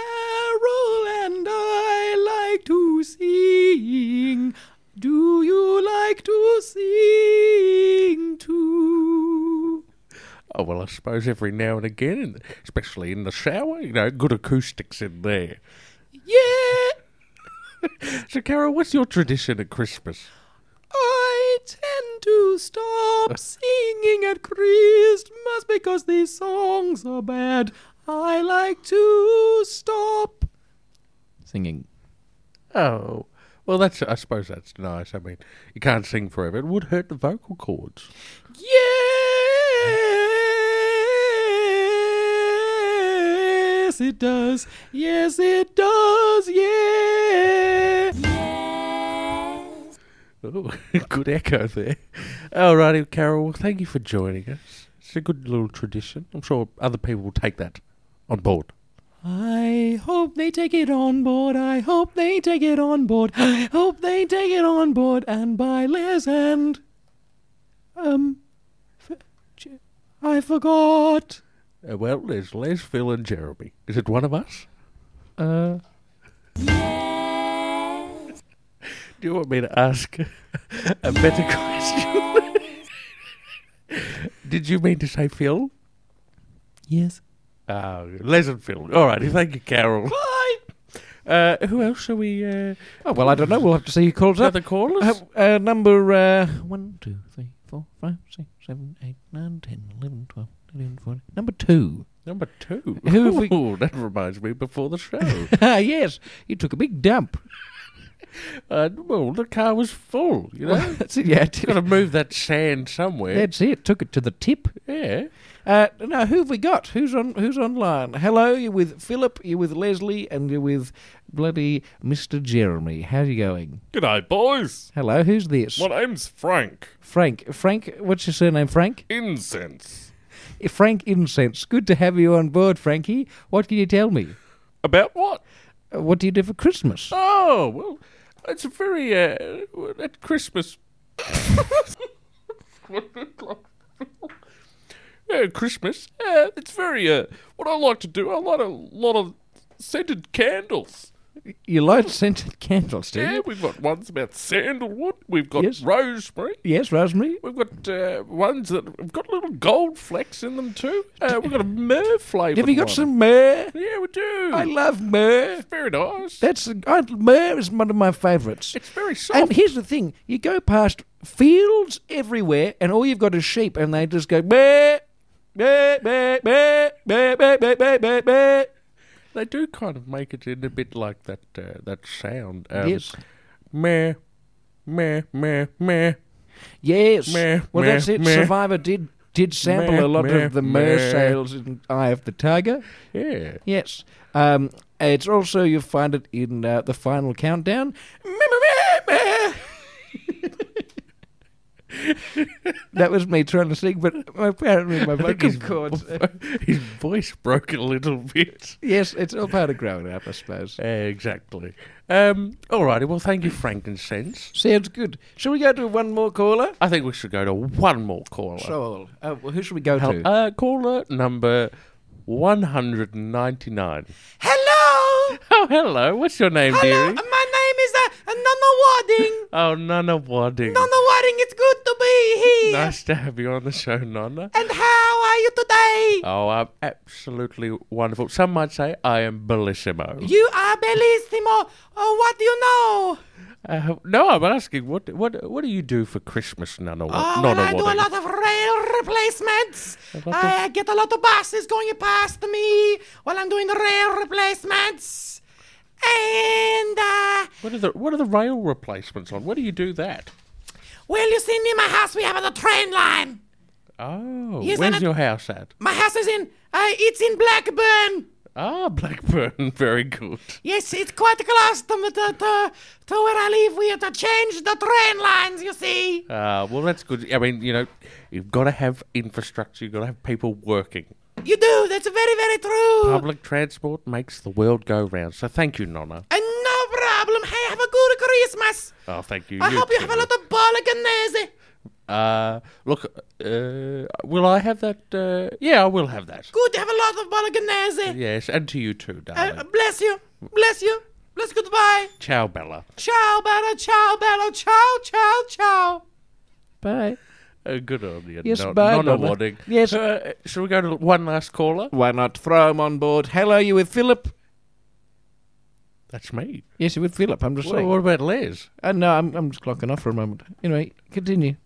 [SPEAKER 1] and I like to sing. Do you like to sing too?
[SPEAKER 2] Oh well, I suppose every now and again, in the, especially in the shower, you know, good acoustics in there.
[SPEAKER 1] Yeah.
[SPEAKER 2] So, Carol, what's your tradition at Christmas?
[SPEAKER 1] I tend to stop singing at Christmas because these songs are bad. I like to stop singing.
[SPEAKER 2] Oh, well, that's I suppose that's nice. I mean, you can't sing forever; it would hurt the vocal cords.
[SPEAKER 1] Yeah.
[SPEAKER 3] Yes, it does. Yes, it does. Yeah.
[SPEAKER 4] Yes.
[SPEAKER 2] Oh, good echo there. Alrighty, Carol. well, Thank you for joining us. It's a good little tradition. I'm sure other people will take that on board.
[SPEAKER 3] I hope they take it on board. I hope they take it on board. I hope they take it on board. And by Les and um, f- j- I forgot.
[SPEAKER 2] Uh, well, there's Les, Phil, and Jeremy. Is it one of us?
[SPEAKER 3] Uh,
[SPEAKER 4] Yes.
[SPEAKER 2] Do you want me to ask a better question? Did you mean to say Phil?
[SPEAKER 3] yes.
[SPEAKER 2] Uh, Les and Phil. Alrighty, thank you, Carol. Uh, who else shall we? Uh,
[SPEAKER 1] Oh, well, I don't know. We'll have to see who calls up.
[SPEAKER 2] another callers?
[SPEAKER 1] Uh, uh, number uh, 1, 2, 3, 4, 5, 6, 7, 8, 9, 10, 11, 12, 13, 14. Number 2.
[SPEAKER 2] Number two.
[SPEAKER 1] Who have we-
[SPEAKER 2] Ooh, that reminds me before the show.
[SPEAKER 1] Ah, yes. You took a big dump.
[SPEAKER 2] uh, well, the car was full, you know.
[SPEAKER 1] That's it, yeah.
[SPEAKER 2] Got to move that sand somewhere.
[SPEAKER 1] That's it. Took it to the tip.
[SPEAKER 2] yeah.
[SPEAKER 1] Uh, now, who have we got? Who's on? Who's online? Hello, you're with Philip, you're with Leslie, and you're with bloody Mr. Jeremy. How are you going?
[SPEAKER 2] G'day, boys.
[SPEAKER 1] Hello, who's this?
[SPEAKER 2] name's Frank.
[SPEAKER 1] Frank. Frank, what's your surname, Frank?
[SPEAKER 2] Incense.
[SPEAKER 1] Eh, Frank Incense. Good to have you on board, Frankie. What can you tell me?
[SPEAKER 2] About what?
[SPEAKER 1] Uh, What do you do for Christmas?
[SPEAKER 2] Oh, well, it's a very, uh, at Christmas. yeah, Christmas. Uh, it's very, uh, what I like to do, I light a lot of scented candles.
[SPEAKER 1] You light scented candles, do
[SPEAKER 2] Yeah,
[SPEAKER 1] you?
[SPEAKER 2] we've got ones about sandalwood, we've got
[SPEAKER 1] Yes.
[SPEAKER 2] rosemary.
[SPEAKER 1] Yes, Rosemary.
[SPEAKER 2] We've got uh, ones that have got little gold flecks in them too. Uh, we've got a myrrh flavour.
[SPEAKER 1] Have you got some myrrh?
[SPEAKER 2] Yeah, we do.
[SPEAKER 1] I love myrrh.
[SPEAKER 2] it's very nice.
[SPEAKER 1] That's I, myrrh is one of my favourites.
[SPEAKER 2] it's very soft.
[SPEAKER 1] And here's the thing: you go past fields everywhere, and all you've got is sheep, and they just go meh, meh, meh, meh, meh, meh, meh, meh, meh, meh.
[SPEAKER 2] They do kind of make it in a bit like that uh, that sound. Um,
[SPEAKER 1] yes,
[SPEAKER 2] Meh, meh, meh, meh.
[SPEAKER 1] yes.
[SPEAKER 2] meh,
[SPEAKER 1] well,
[SPEAKER 2] meh,
[SPEAKER 1] that's it.
[SPEAKER 2] meh.
[SPEAKER 1] Survivor did did sample
[SPEAKER 2] Meh,
[SPEAKER 1] a lot
[SPEAKER 2] meh,
[SPEAKER 1] of the myrrh
[SPEAKER 2] meh.
[SPEAKER 1] sales in Eye of the Tiger.
[SPEAKER 2] Yeah.
[SPEAKER 1] Yes. Um, it's also you find it in uh, the final countdown. Meh, meh, meh, meh. that was me trying to sing, but apparently my vocal cords. uh,
[SPEAKER 2] His voice broke a little bit.
[SPEAKER 1] Yes, it's all part of growing up, I suppose.
[SPEAKER 2] exactly. Um, alrighty, well, thank you, frankincense.
[SPEAKER 1] Sounds good. Shall we go to one more caller?
[SPEAKER 2] I think we should go to one more caller.
[SPEAKER 1] Sure. Uh, well, who should we go
[SPEAKER 2] Hel-
[SPEAKER 1] to?
[SPEAKER 2] uh, caller number 199.
[SPEAKER 1] hello!
[SPEAKER 2] Oh, hello. What's your name, dearie?
[SPEAKER 1] my name is uh, Nana Wadding.
[SPEAKER 2] Oh, Nana Wadding.
[SPEAKER 1] Wadding, it's good to be
[SPEAKER 2] Nice to have you on the show, Nana.
[SPEAKER 1] And how are you today?
[SPEAKER 2] Oh, I'm absolutely wonderful. Some might say I am bellissimo.
[SPEAKER 1] You are bellissimo. Oh, what do you know?
[SPEAKER 2] Uh, no, I'm asking what what what do you do for Christmas, Nana? Wa-
[SPEAKER 5] Oh, well,
[SPEAKER 2] Nana
[SPEAKER 5] I do a
[SPEAKER 2] Wadding?
[SPEAKER 5] lot of rail replacements.
[SPEAKER 2] lot
[SPEAKER 5] I get a lot of buses going past me while I'm doing rail replacements. And, uh,
[SPEAKER 2] What are the what are the rail replacements on? Where do you do that?
[SPEAKER 5] well, you see, near my house we have the train line.
[SPEAKER 2] Oh,
[SPEAKER 5] Yes,
[SPEAKER 2] where's
[SPEAKER 5] Nana-
[SPEAKER 2] your house at?
[SPEAKER 5] My house is in, uh, it's in Blackburn.
[SPEAKER 2] Ah, Blackburn. Very good.
[SPEAKER 5] Yes, it's quite close to, to, to, to where I live. We have to change the train lines, you see.
[SPEAKER 2] Ah, well, that's good. I mean, you know, you've got to have infrastructure. You've got to have people working.
[SPEAKER 5] You do, that's very, very true.
[SPEAKER 2] Public transport makes the world go round. So thank you, Nonna.
[SPEAKER 5] and no problem. Hey, have a good Christmas.
[SPEAKER 2] Oh, thank you.
[SPEAKER 5] I hope you
[SPEAKER 2] too.
[SPEAKER 5] have a lot of bolognese.
[SPEAKER 2] Uh, look, uh, will I have that? Uh, yeah, I will have that.
[SPEAKER 5] Good to have a lot of bolognese.
[SPEAKER 2] Yes, and to you too, darling.
[SPEAKER 5] Uh, bless you. Bless you. Bless goodbye.
[SPEAKER 2] Ciao, Bella.
[SPEAKER 5] Ciao, Bella. Ciao, Bella. Ciao, ciao, ciao.
[SPEAKER 1] Bye.
[SPEAKER 2] Uh, good on you.
[SPEAKER 1] Yes,
[SPEAKER 2] no,
[SPEAKER 1] bye,
[SPEAKER 2] Nonna
[SPEAKER 1] Nonna.
[SPEAKER 2] Wadding.
[SPEAKER 1] Yes.
[SPEAKER 2] Uh, shall we go to one last caller?
[SPEAKER 1] Why not throw him on board? Hello, you with Philip?
[SPEAKER 2] That's me.
[SPEAKER 1] Yes, you with Philip. I'm just
[SPEAKER 2] Well,
[SPEAKER 1] saying.
[SPEAKER 2] what about Les?
[SPEAKER 1] Uh, no, I'm, I'm just clocking off for a moment. Anyway, continue.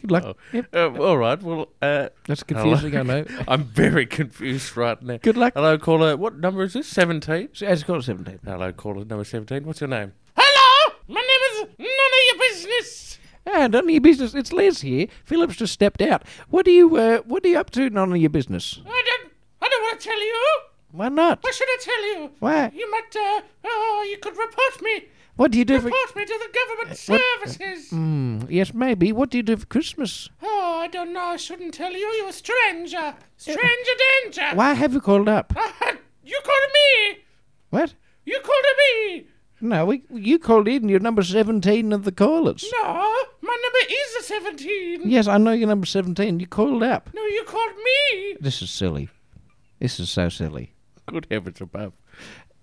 [SPEAKER 1] Good luck.
[SPEAKER 2] Oh.
[SPEAKER 1] Yep,
[SPEAKER 2] Uh, all right. Well, uh,
[SPEAKER 1] that's
[SPEAKER 2] hello.
[SPEAKER 1] confusing, I know.
[SPEAKER 2] I'm very confused right now.
[SPEAKER 1] Good luck.
[SPEAKER 2] Hello, caller. What number is this? Seventeen.
[SPEAKER 1] So, It's called 17.
[SPEAKER 2] Hello, caller number seventeen. What's your name?
[SPEAKER 5] Hello. My name is none of your business.
[SPEAKER 1] Ah, none of your business. It's Les here. Philip's just stepped out. What are you, uh, what are you up to? None of your business.
[SPEAKER 5] I don't. I don't want to tell you.
[SPEAKER 1] Why not?
[SPEAKER 5] What should I tell you?
[SPEAKER 1] Why?
[SPEAKER 5] You might, uh, oh, you could report me.
[SPEAKER 1] What do you do for?
[SPEAKER 5] Report me to the government
[SPEAKER 1] what-
[SPEAKER 5] services.
[SPEAKER 1] Mm, yes, maybe. What do you do for Christmas?
[SPEAKER 5] Oh, I don't know. I shouldn't tell you. You're a stranger. Stranger danger.
[SPEAKER 1] Why have you called up?
[SPEAKER 5] you called me.
[SPEAKER 1] What?
[SPEAKER 5] You called me.
[SPEAKER 1] No, we, you called in. You're number seventeen of the callers.
[SPEAKER 5] No, my number is a 17.
[SPEAKER 1] Yes, I know you're number seventeen. You called up.
[SPEAKER 5] No, you called me.
[SPEAKER 1] This is silly. This is so silly.
[SPEAKER 2] Good heavens above.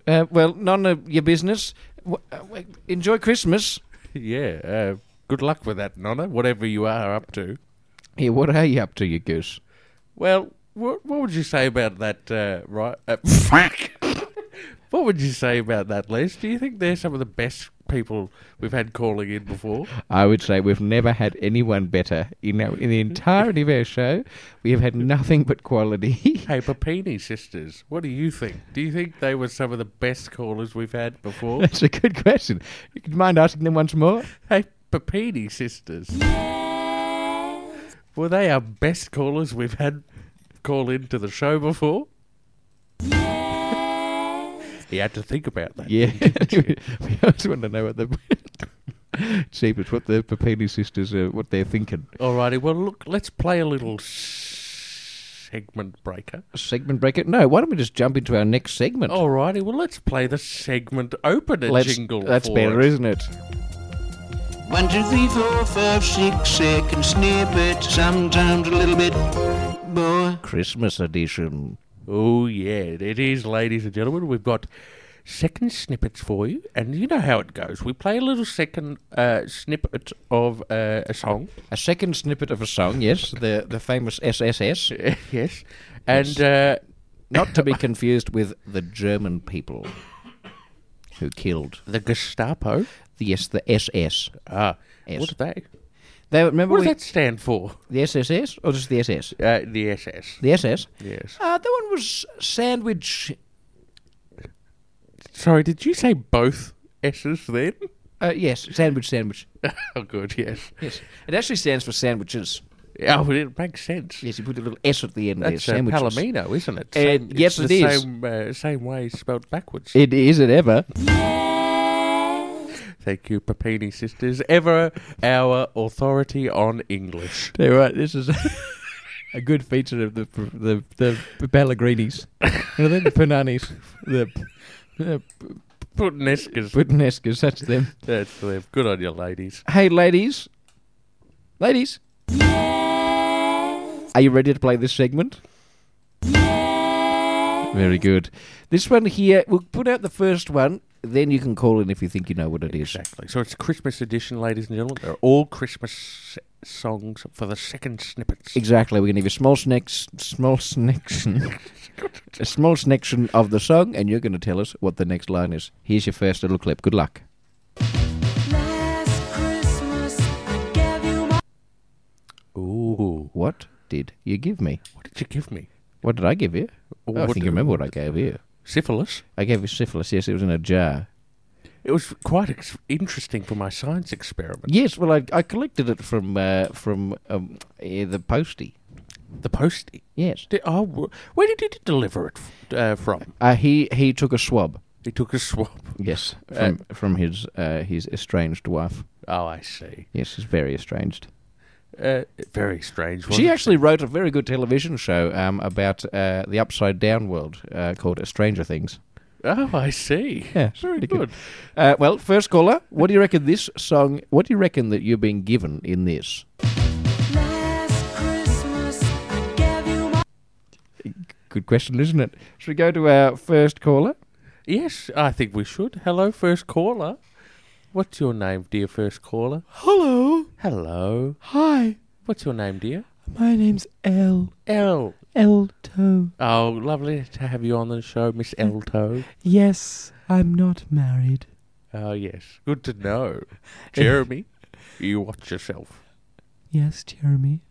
[SPEAKER 1] Uh, well, none of your business. W- uh, w- enjoy Christmas.
[SPEAKER 2] Yeah. Uh, good luck with that, Nonna. Whatever you are up to.
[SPEAKER 1] Yeah, what are you up to, you goose?
[SPEAKER 2] Well, what, what would you say about that? Uh, right. Uh, fuck. what would you say about that, Les? Do you think they're some of the best people we've had calling in before?
[SPEAKER 1] I would say we've never had anyone better. You know, in the entirety of our show, we have had nothing but quality.
[SPEAKER 2] Hey, Papini sisters, what do you think? Do you think they were some of the best callers we've had before?
[SPEAKER 1] That's a good question. You could mind asking them once more?
[SPEAKER 2] hey, Papini sisters,
[SPEAKER 4] yes.
[SPEAKER 2] were they our best callers we've had call into the show before? You had to think about that.
[SPEAKER 1] Yeah, we always want to know what the cheapest, what the Papini sisters are, what they're thinking.
[SPEAKER 2] Alrighty, well, look, let's play a little segment breaker.
[SPEAKER 1] Segment breaker? No, why don't we just jump into our next segment?
[SPEAKER 2] Alrighty, well, let's play the segment opener
[SPEAKER 1] Let's-
[SPEAKER 2] jingle.
[SPEAKER 1] that's
[SPEAKER 2] for
[SPEAKER 1] better,
[SPEAKER 2] it.
[SPEAKER 1] isn't it?
[SPEAKER 6] One, two, three, four, five, six seconds, snippet, sometimes a little bit more.
[SPEAKER 1] Christmas edition.
[SPEAKER 2] Oh, yeah, it is, ladies and gentlemen. We've got second snippets for you, and you know how it goes. We play a little second uh, snippet of uh, a song.
[SPEAKER 1] A second snippet of a song, yes, the the famous SSS,
[SPEAKER 2] yes. And uh,
[SPEAKER 1] not to be confused with the German people who killed.
[SPEAKER 2] the Gestapo.
[SPEAKER 1] Yes, the SS.
[SPEAKER 2] Ah,
[SPEAKER 1] Yes.
[SPEAKER 2] what do they?
[SPEAKER 1] They remember
[SPEAKER 2] What
[SPEAKER 1] we,
[SPEAKER 2] does that stand for?
[SPEAKER 1] the SSS or Oh, just the SS?
[SPEAKER 2] Uh, the SS.
[SPEAKER 1] The SS.
[SPEAKER 2] Yes.
[SPEAKER 1] Uh, that one was sandwich.
[SPEAKER 2] Sorry, did you say both S's then?
[SPEAKER 1] Uh, yes, sandwich, sandwich.
[SPEAKER 2] oh, good, yes.
[SPEAKER 1] Yes, it actually stands for sandwiches.
[SPEAKER 2] Yeah, well, it makes sense.
[SPEAKER 1] Yes, you put a little S at the end
[SPEAKER 2] That's
[SPEAKER 1] there.
[SPEAKER 2] uh,
[SPEAKER 1] Sandwiches.
[SPEAKER 2] Palomino, isn't it?
[SPEAKER 1] Uh,
[SPEAKER 2] it's
[SPEAKER 1] yes,
[SPEAKER 2] the
[SPEAKER 1] it is.
[SPEAKER 2] Same, uh, same way spelled backwards.
[SPEAKER 1] It is it ever.
[SPEAKER 2] Thank you, Papini sisters. Ever our authority on English.
[SPEAKER 1] Tell you what, this is a good feature of the the the, Pellegrinis. you know, they're the Pananis, the uh,
[SPEAKER 2] Putinescas.
[SPEAKER 1] Puttanescas, that's them.
[SPEAKER 2] That's them. Good on you, ladies.
[SPEAKER 1] Hey, ladies, ladies, are you ready to play this segment? Very good. This one here, we'll put out the first one. Then you can call in if you think you know what it is.
[SPEAKER 2] Exactly. So it's Christmas edition, ladies and gentlemen. They're all Christmas s- songs for the second snippets.
[SPEAKER 1] Exactly. We're going to give you a small snacks, small selection, a small selection of the song, and you're going to tell us what the next line is. Here's your first little clip. Good luck.
[SPEAKER 4] Last Christmas, I gave you my.
[SPEAKER 2] Ooh.
[SPEAKER 1] What did you give me?
[SPEAKER 2] What did you give me?
[SPEAKER 1] What did I give you? Oh, I
[SPEAKER 2] What
[SPEAKER 1] think
[SPEAKER 2] do-
[SPEAKER 1] you remember what I gave you.
[SPEAKER 2] Syphilis.
[SPEAKER 1] I gave you syphilis. Yes, it was in a jar.
[SPEAKER 2] It was quite ex- interesting for my science experiment.
[SPEAKER 1] Yes, well, I, I collected it from uh, from um, eh, the postie.
[SPEAKER 2] The postie.
[SPEAKER 1] Yes,
[SPEAKER 2] Did, oh, wh- where did you deliver it f- uh, from?
[SPEAKER 1] uh, he he took a swab.
[SPEAKER 2] He took a swab.
[SPEAKER 1] Yes, from from his uh, his estranged wife.
[SPEAKER 2] Oh, I see.
[SPEAKER 1] Yes, he's very estranged.
[SPEAKER 2] Uh, very strange.
[SPEAKER 1] She
[SPEAKER 2] wasn't
[SPEAKER 1] actually wrote a very good television show um, about uh, the upside down world uh, called A Stranger Things.
[SPEAKER 2] Oh, I see.
[SPEAKER 1] Yeah, it's
[SPEAKER 2] very
[SPEAKER 1] pretty
[SPEAKER 2] good.
[SPEAKER 1] good. Uh, well, first caller, what do you reckon this song? What do you reckon that you're being given in this?
[SPEAKER 4] Last Christmas, I gave you my.
[SPEAKER 1] Good question, isn't it? Should we go to our first caller?
[SPEAKER 2] Yes, I think we should. Hello, first caller. What's your name, dear first caller?
[SPEAKER 3] Hello.
[SPEAKER 2] Hello.
[SPEAKER 3] Hi.
[SPEAKER 2] What's your name, dear?
[SPEAKER 3] My name's L.
[SPEAKER 2] El.
[SPEAKER 3] Elto.
[SPEAKER 2] Oh, lovely to have you on the show, Miss Elto.
[SPEAKER 3] Yes, I'm not married.
[SPEAKER 2] Oh, yes. Good to know. Jeremy, you watch yourself.
[SPEAKER 3] Yes, Jeremy.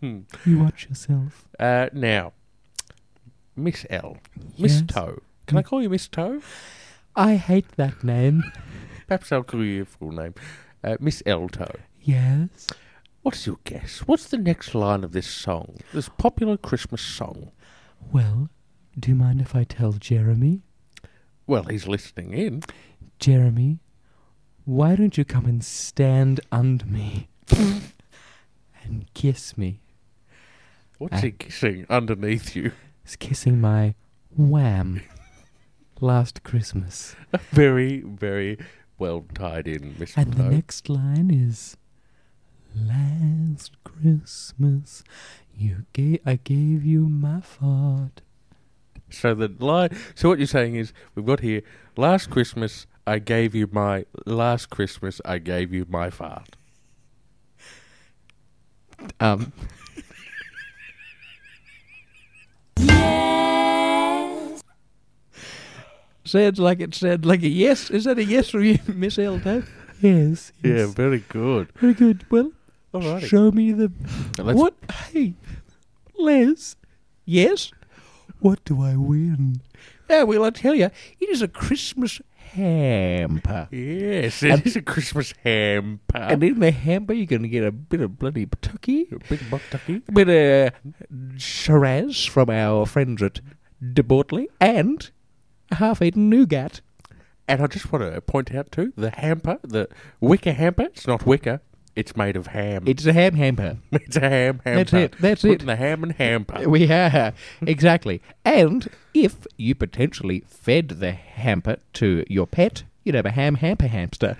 [SPEAKER 3] you watch yourself.
[SPEAKER 2] Uh, now, Miss L. Miss
[SPEAKER 3] Yes. Mm.
[SPEAKER 2] Toe. Can I call you Miss Toe?
[SPEAKER 3] I hate that name.
[SPEAKER 2] Perhaps I'll call you your full name. Uh, Miss L Toe.
[SPEAKER 3] yes.
[SPEAKER 2] What's your guess? What's the next line of this song? This popular Christmas song.
[SPEAKER 3] Well, Do you mind if I tell Jeremy?
[SPEAKER 2] Well, he's listening in.
[SPEAKER 3] Jeremy, why don't you come and stand under me and kiss me?
[SPEAKER 2] What's
[SPEAKER 3] Ah.
[SPEAKER 2] he kissing underneath you?
[SPEAKER 3] It's kissing my wham last Christmas.
[SPEAKER 2] Very, very well tied in, Mr.
[SPEAKER 3] And the
[SPEAKER 2] Minogue.
[SPEAKER 3] next line is Last Christmas, you gave, I gave you my fart.
[SPEAKER 2] So the line. So what you're saying is, we've got here. Last Christmas, I gave you my. Last Christmas, I gave you my fart.
[SPEAKER 3] Um,
[SPEAKER 1] Sounds like it said like a yes. Is that a yes from you, Miss Elto?
[SPEAKER 3] yes,
[SPEAKER 2] Yeah,
[SPEAKER 3] yes.
[SPEAKER 2] very good.
[SPEAKER 3] Very good. Well,
[SPEAKER 2] Alrighty.
[SPEAKER 3] show me the.
[SPEAKER 2] Let's-
[SPEAKER 3] what? Hey, Les,
[SPEAKER 1] Yes.
[SPEAKER 3] what do I win?
[SPEAKER 1] Oh, well, I tell you, it is a Christmas hamper.
[SPEAKER 2] Yes, it is a Christmas hamper.
[SPEAKER 1] And in the hamper, you're going to get a bit of bloody Kentucky,
[SPEAKER 2] a big buck ducky.
[SPEAKER 1] a bit of Shiraz from our friends at De Bortley, and a half-eaten nougat.
[SPEAKER 2] And I just want to point out too the hamper, the wicker hamper. It's not wicker. It's made of ham.
[SPEAKER 1] It's a ham hamper.
[SPEAKER 2] it's a ham hamper.
[SPEAKER 1] That's it, that's
[SPEAKER 2] Putting
[SPEAKER 1] it.
[SPEAKER 2] The ham and hamper.
[SPEAKER 1] We are, exactly. And if you potentially fed the hamper to your pet, you'd have a ham hamper hamster.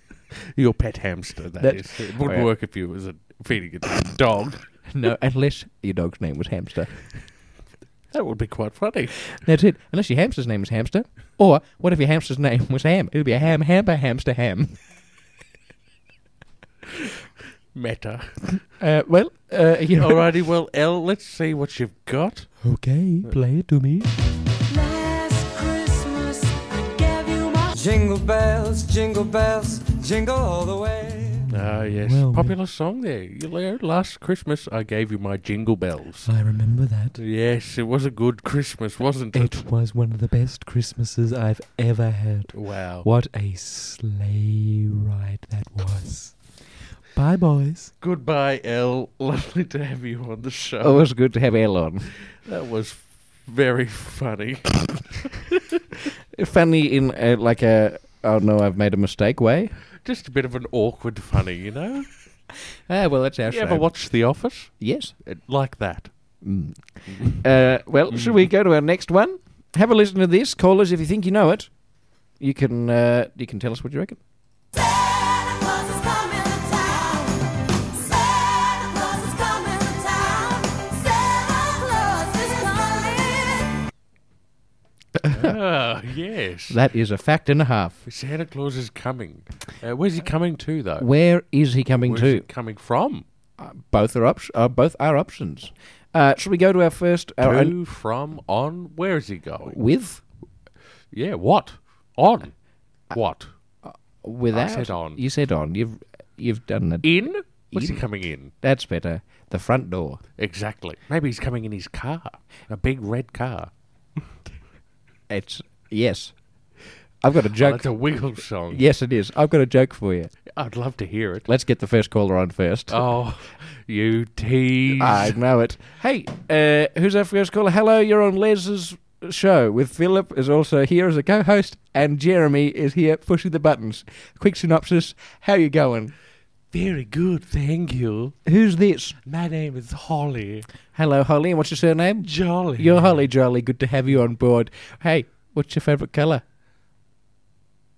[SPEAKER 2] Your pet hamster. that
[SPEAKER 1] That-
[SPEAKER 2] is. Oh, It would
[SPEAKER 1] Well-
[SPEAKER 2] not work if you was a, feeding it to a dog.
[SPEAKER 1] No, unless your dog's name was Hamster.
[SPEAKER 2] That would be quite funny.
[SPEAKER 1] That's it. Unless your hamster's name was Hamster. Or what if your hamster's name was Ham? It would be a ham hamper hamster ham.
[SPEAKER 2] Meta.
[SPEAKER 1] Uh, well, uh, you know.
[SPEAKER 2] Alrighty, well, Elle, let's see what you've got.
[SPEAKER 3] Okay, play it to me.
[SPEAKER 4] Last Christmas, I gave you my
[SPEAKER 7] Jingle bells, jingle bells, jingle all the way.
[SPEAKER 2] Ah, yes.
[SPEAKER 3] Well,
[SPEAKER 2] Popular song there. You know, last Christmas I gave you my jingle bells.
[SPEAKER 3] I remember that.
[SPEAKER 2] Yes, it was a good Christmas, wasn't it?
[SPEAKER 3] It was one of the best Christmases I've ever had.
[SPEAKER 2] Wow.
[SPEAKER 3] What a sleigh ride that was. Bye, boys.
[SPEAKER 2] Goodbye, Elle. Lovely to have you on the show.
[SPEAKER 1] Always Oh, good to have Elle on.
[SPEAKER 2] That was very funny.
[SPEAKER 1] Funny in uh, like a, oh no, I've made a mistake way.
[SPEAKER 2] Just a bit of an awkward funny, you know?
[SPEAKER 1] Ah, well, that's our
[SPEAKER 2] you
[SPEAKER 1] show.
[SPEAKER 2] ever watch The Office?
[SPEAKER 1] yes.
[SPEAKER 2] It- like that.
[SPEAKER 1] Mm. Uh, well,
[SPEAKER 2] Mm-hmm.
[SPEAKER 1] should we go to our next one? Have a listen to this. Call us if you think you know it. You can uh, you can tell us what you reckon.
[SPEAKER 4] Santa Claus is coming to town. Santa Claus is coming to town. Santa Claus is coming.
[SPEAKER 2] ah, yes.
[SPEAKER 1] That is a fact and a half.
[SPEAKER 2] Santa Claus is coming. Uh, where's he coming to, though?
[SPEAKER 1] Where is he coming
[SPEAKER 2] Where's
[SPEAKER 1] to?
[SPEAKER 2] he coming from?
[SPEAKER 1] Uh, both are op- uh, both are options. Uh, should we go to our first our own
[SPEAKER 2] to, from, on. Where is he going?
[SPEAKER 1] with
[SPEAKER 2] Yeah, what? On. What?
[SPEAKER 1] without?
[SPEAKER 2] said on.
[SPEAKER 1] You said on. You've you've done that.
[SPEAKER 2] In? What's
[SPEAKER 1] In.
[SPEAKER 2] he coming in?
[SPEAKER 1] That's better. The front door.
[SPEAKER 2] Exactly. Maybe he's coming in his car. A big red car. Oh,
[SPEAKER 1] It's yes. I've got a
[SPEAKER 2] Oh,
[SPEAKER 1] joke.
[SPEAKER 2] that's a wiggle song.
[SPEAKER 1] yes, it is. I've got a joke for you.
[SPEAKER 2] I'd love to hear it.
[SPEAKER 1] Let's get the first caller on first.
[SPEAKER 2] Oh, you tease.
[SPEAKER 1] I know it. Hey, uh, who's our first caller? Hello, you're on Les's show with Philip is also here as a co-host and Jeremy is here pushing the buttons. Quick synopsis. How you going?
[SPEAKER 2] Very good, thank you.
[SPEAKER 1] Who's this?
[SPEAKER 2] My name is Holly.
[SPEAKER 1] Hello, Holly. And what's your surname?
[SPEAKER 2] Jolly.
[SPEAKER 1] You're Holly Jolly. Good to have you on board. Hey, what's your favourite colour?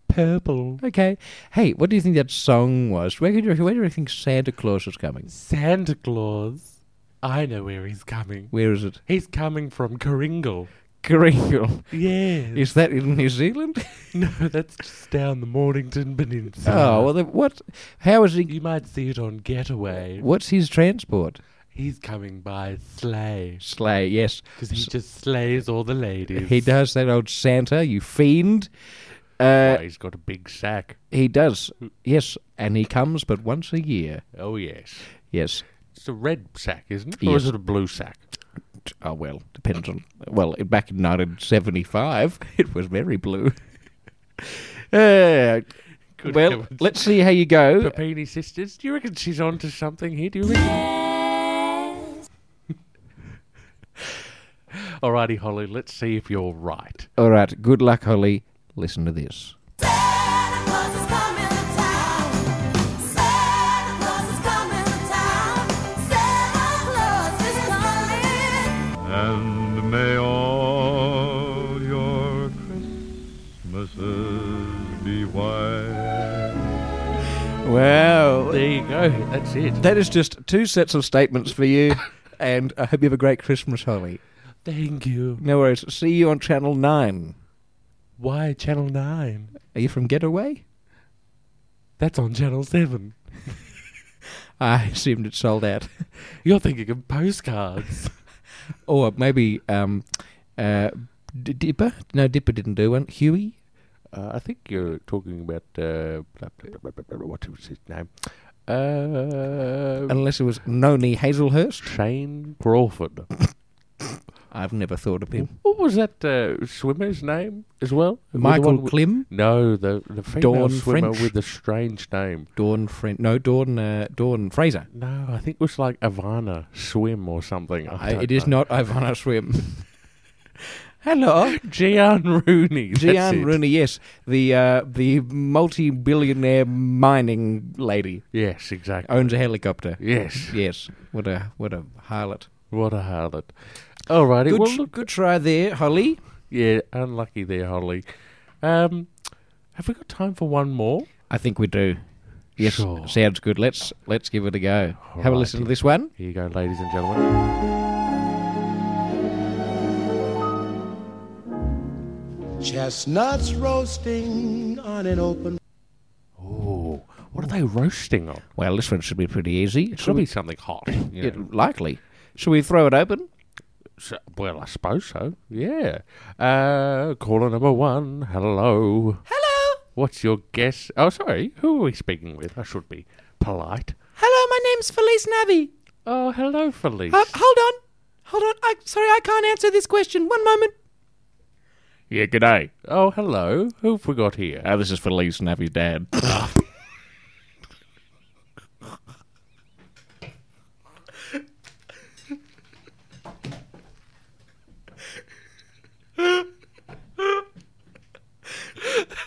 [SPEAKER 2] purple.
[SPEAKER 1] Okay. Hey, what do you think that song was? Where, could you, where do you think Santa Claus was coming?
[SPEAKER 2] Santa Claus. I know where he's coming.
[SPEAKER 1] Where is it?
[SPEAKER 2] He's coming from Coringle.
[SPEAKER 1] Kringle.
[SPEAKER 2] Yes.
[SPEAKER 1] Is that in New Zealand?
[SPEAKER 2] No, that's just down the Mornington Peninsula.
[SPEAKER 1] Oh, well, then what? How is he?
[SPEAKER 2] You might see it on Getaway.
[SPEAKER 1] What's his transport?
[SPEAKER 2] He's coming by sleigh.
[SPEAKER 1] Slay, yes.
[SPEAKER 2] Because he just slays all the ladies.
[SPEAKER 1] He does that old Santa, you fiend.
[SPEAKER 2] Oh,
[SPEAKER 1] Uh,
[SPEAKER 2] he's got a big sack.
[SPEAKER 1] he does, yes, and he comes but once a year.
[SPEAKER 2] Oh, yes.
[SPEAKER 1] Yes.
[SPEAKER 2] It's a red sack, isn't it? Or is
[SPEAKER 1] Yes.
[SPEAKER 2] it a blue sack?
[SPEAKER 1] Oh well, depends on. Well, i- back in 1975, it was very blue. Uh,
[SPEAKER 2] Good
[SPEAKER 1] well,
[SPEAKER 2] heavens.
[SPEAKER 1] let's see how you go.
[SPEAKER 2] Papini sisters, do you reckon she's onto something here? Do you reckon? Alrighty, Holly, let's see if you're right.
[SPEAKER 1] All right. Good luck, Holly. Listen to this.
[SPEAKER 4] Santa Claus is coming to town. Santa Claus is coming to town. Santa Claus is coming.
[SPEAKER 8] And may all your Christmases be white.
[SPEAKER 1] Wow.
[SPEAKER 2] There you go. That's it.
[SPEAKER 1] That is just two sets of statements for you. And I hope you have a great Christmas, Holly.
[SPEAKER 2] Thank you.
[SPEAKER 1] No worries. See you on Channel 9.
[SPEAKER 2] Why Channel 9?
[SPEAKER 1] Are you from Getaway?
[SPEAKER 2] That's on Channel 7.
[SPEAKER 1] I assumed it sold out.
[SPEAKER 2] You're thinking of postcards.
[SPEAKER 1] Or maybe um, uh, D- Dipper? No, Dipper didn't do one. Huey?
[SPEAKER 2] Uh, I think you're talking about uh, blah, blah, blah, blah, blah, blah, what was his name? Uh,
[SPEAKER 1] Unless it was Noni Hazelhurst.
[SPEAKER 2] Shane Crawford.
[SPEAKER 1] I've never thought of him.
[SPEAKER 2] What was that uh, swimmer's name as well? Who was the
[SPEAKER 1] Michael
[SPEAKER 2] one with-
[SPEAKER 1] Klim?
[SPEAKER 2] No, the the female
[SPEAKER 1] Dawn
[SPEAKER 2] swimmer
[SPEAKER 1] French.
[SPEAKER 2] with the strange name.
[SPEAKER 1] Dawn Fren No, Dawn, uh, Dawn Fraser.
[SPEAKER 2] No, I think it was like Ivana Swim or something. I
[SPEAKER 1] I-
[SPEAKER 2] don't
[SPEAKER 1] it is
[SPEAKER 2] know.
[SPEAKER 1] not Ivana Swim. Hello.
[SPEAKER 2] Gian Rooney. that's
[SPEAKER 1] Gian
[SPEAKER 2] it.
[SPEAKER 1] Rooney, yes, the uh, the multi-billionaire mining lady
[SPEAKER 2] Yes, exactly.
[SPEAKER 1] owns a helicopter.
[SPEAKER 2] Yes.
[SPEAKER 1] Yes, what a what a harlot.
[SPEAKER 2] What a harlot. Alrighty.
[SPEAKER 1] Good,
[SPEAKER 2] well,
[SPEAKER 1] tr-
[SPEAKER 2] look,
[SPEAKER 1] good try there, Holly.
[SPEAKER 2] yeah, unlucky there, Holly. Um, have we got time for one more?
[SPEAKER 1] I think we do. Yes,
[SPEAKER 2] Sure.
[SPEAKER 1] sounds good. Let's let's give it a go. Have a listen
[SPEAKER 2] Alrighty.
[SPEAKER 1] to this one.
[SPEAKER 2] Here you go, ladies and gentlemen.
[SPEAKER 9] Chestnuts roasting on an open.
[SPEAKER 2] Oh, what are they roasting on?
[SPEAKER 1] Well, this one should be pretty easy.
[SPEAKER 2] Should be something hot. you know.
[SPEAKER 1] it, likely. Shall we throw it open?
[SPEAKER 2] So- well, I suppose so. Yeah. Uh, caller number one. Hello.
[SPEAKER 5] Hello.
[SPEAKER 2] What's your guess? Oh, sorry. Who are we speaking with? I should be polite.
[SPEAKER 5] Hello, my name's Felice Navi.
[SPEAKER 2] Oh, hello, Felice.
[SPEAKER 5] Uh, hold on. Hold on. I, sorry, I can't answer this question. One moment.
[SPEAKER 2] yeah, good day. Oh, hello. Who have we got here?
[SPEAKER 1] Oh, this is for Lee Snappy's dad.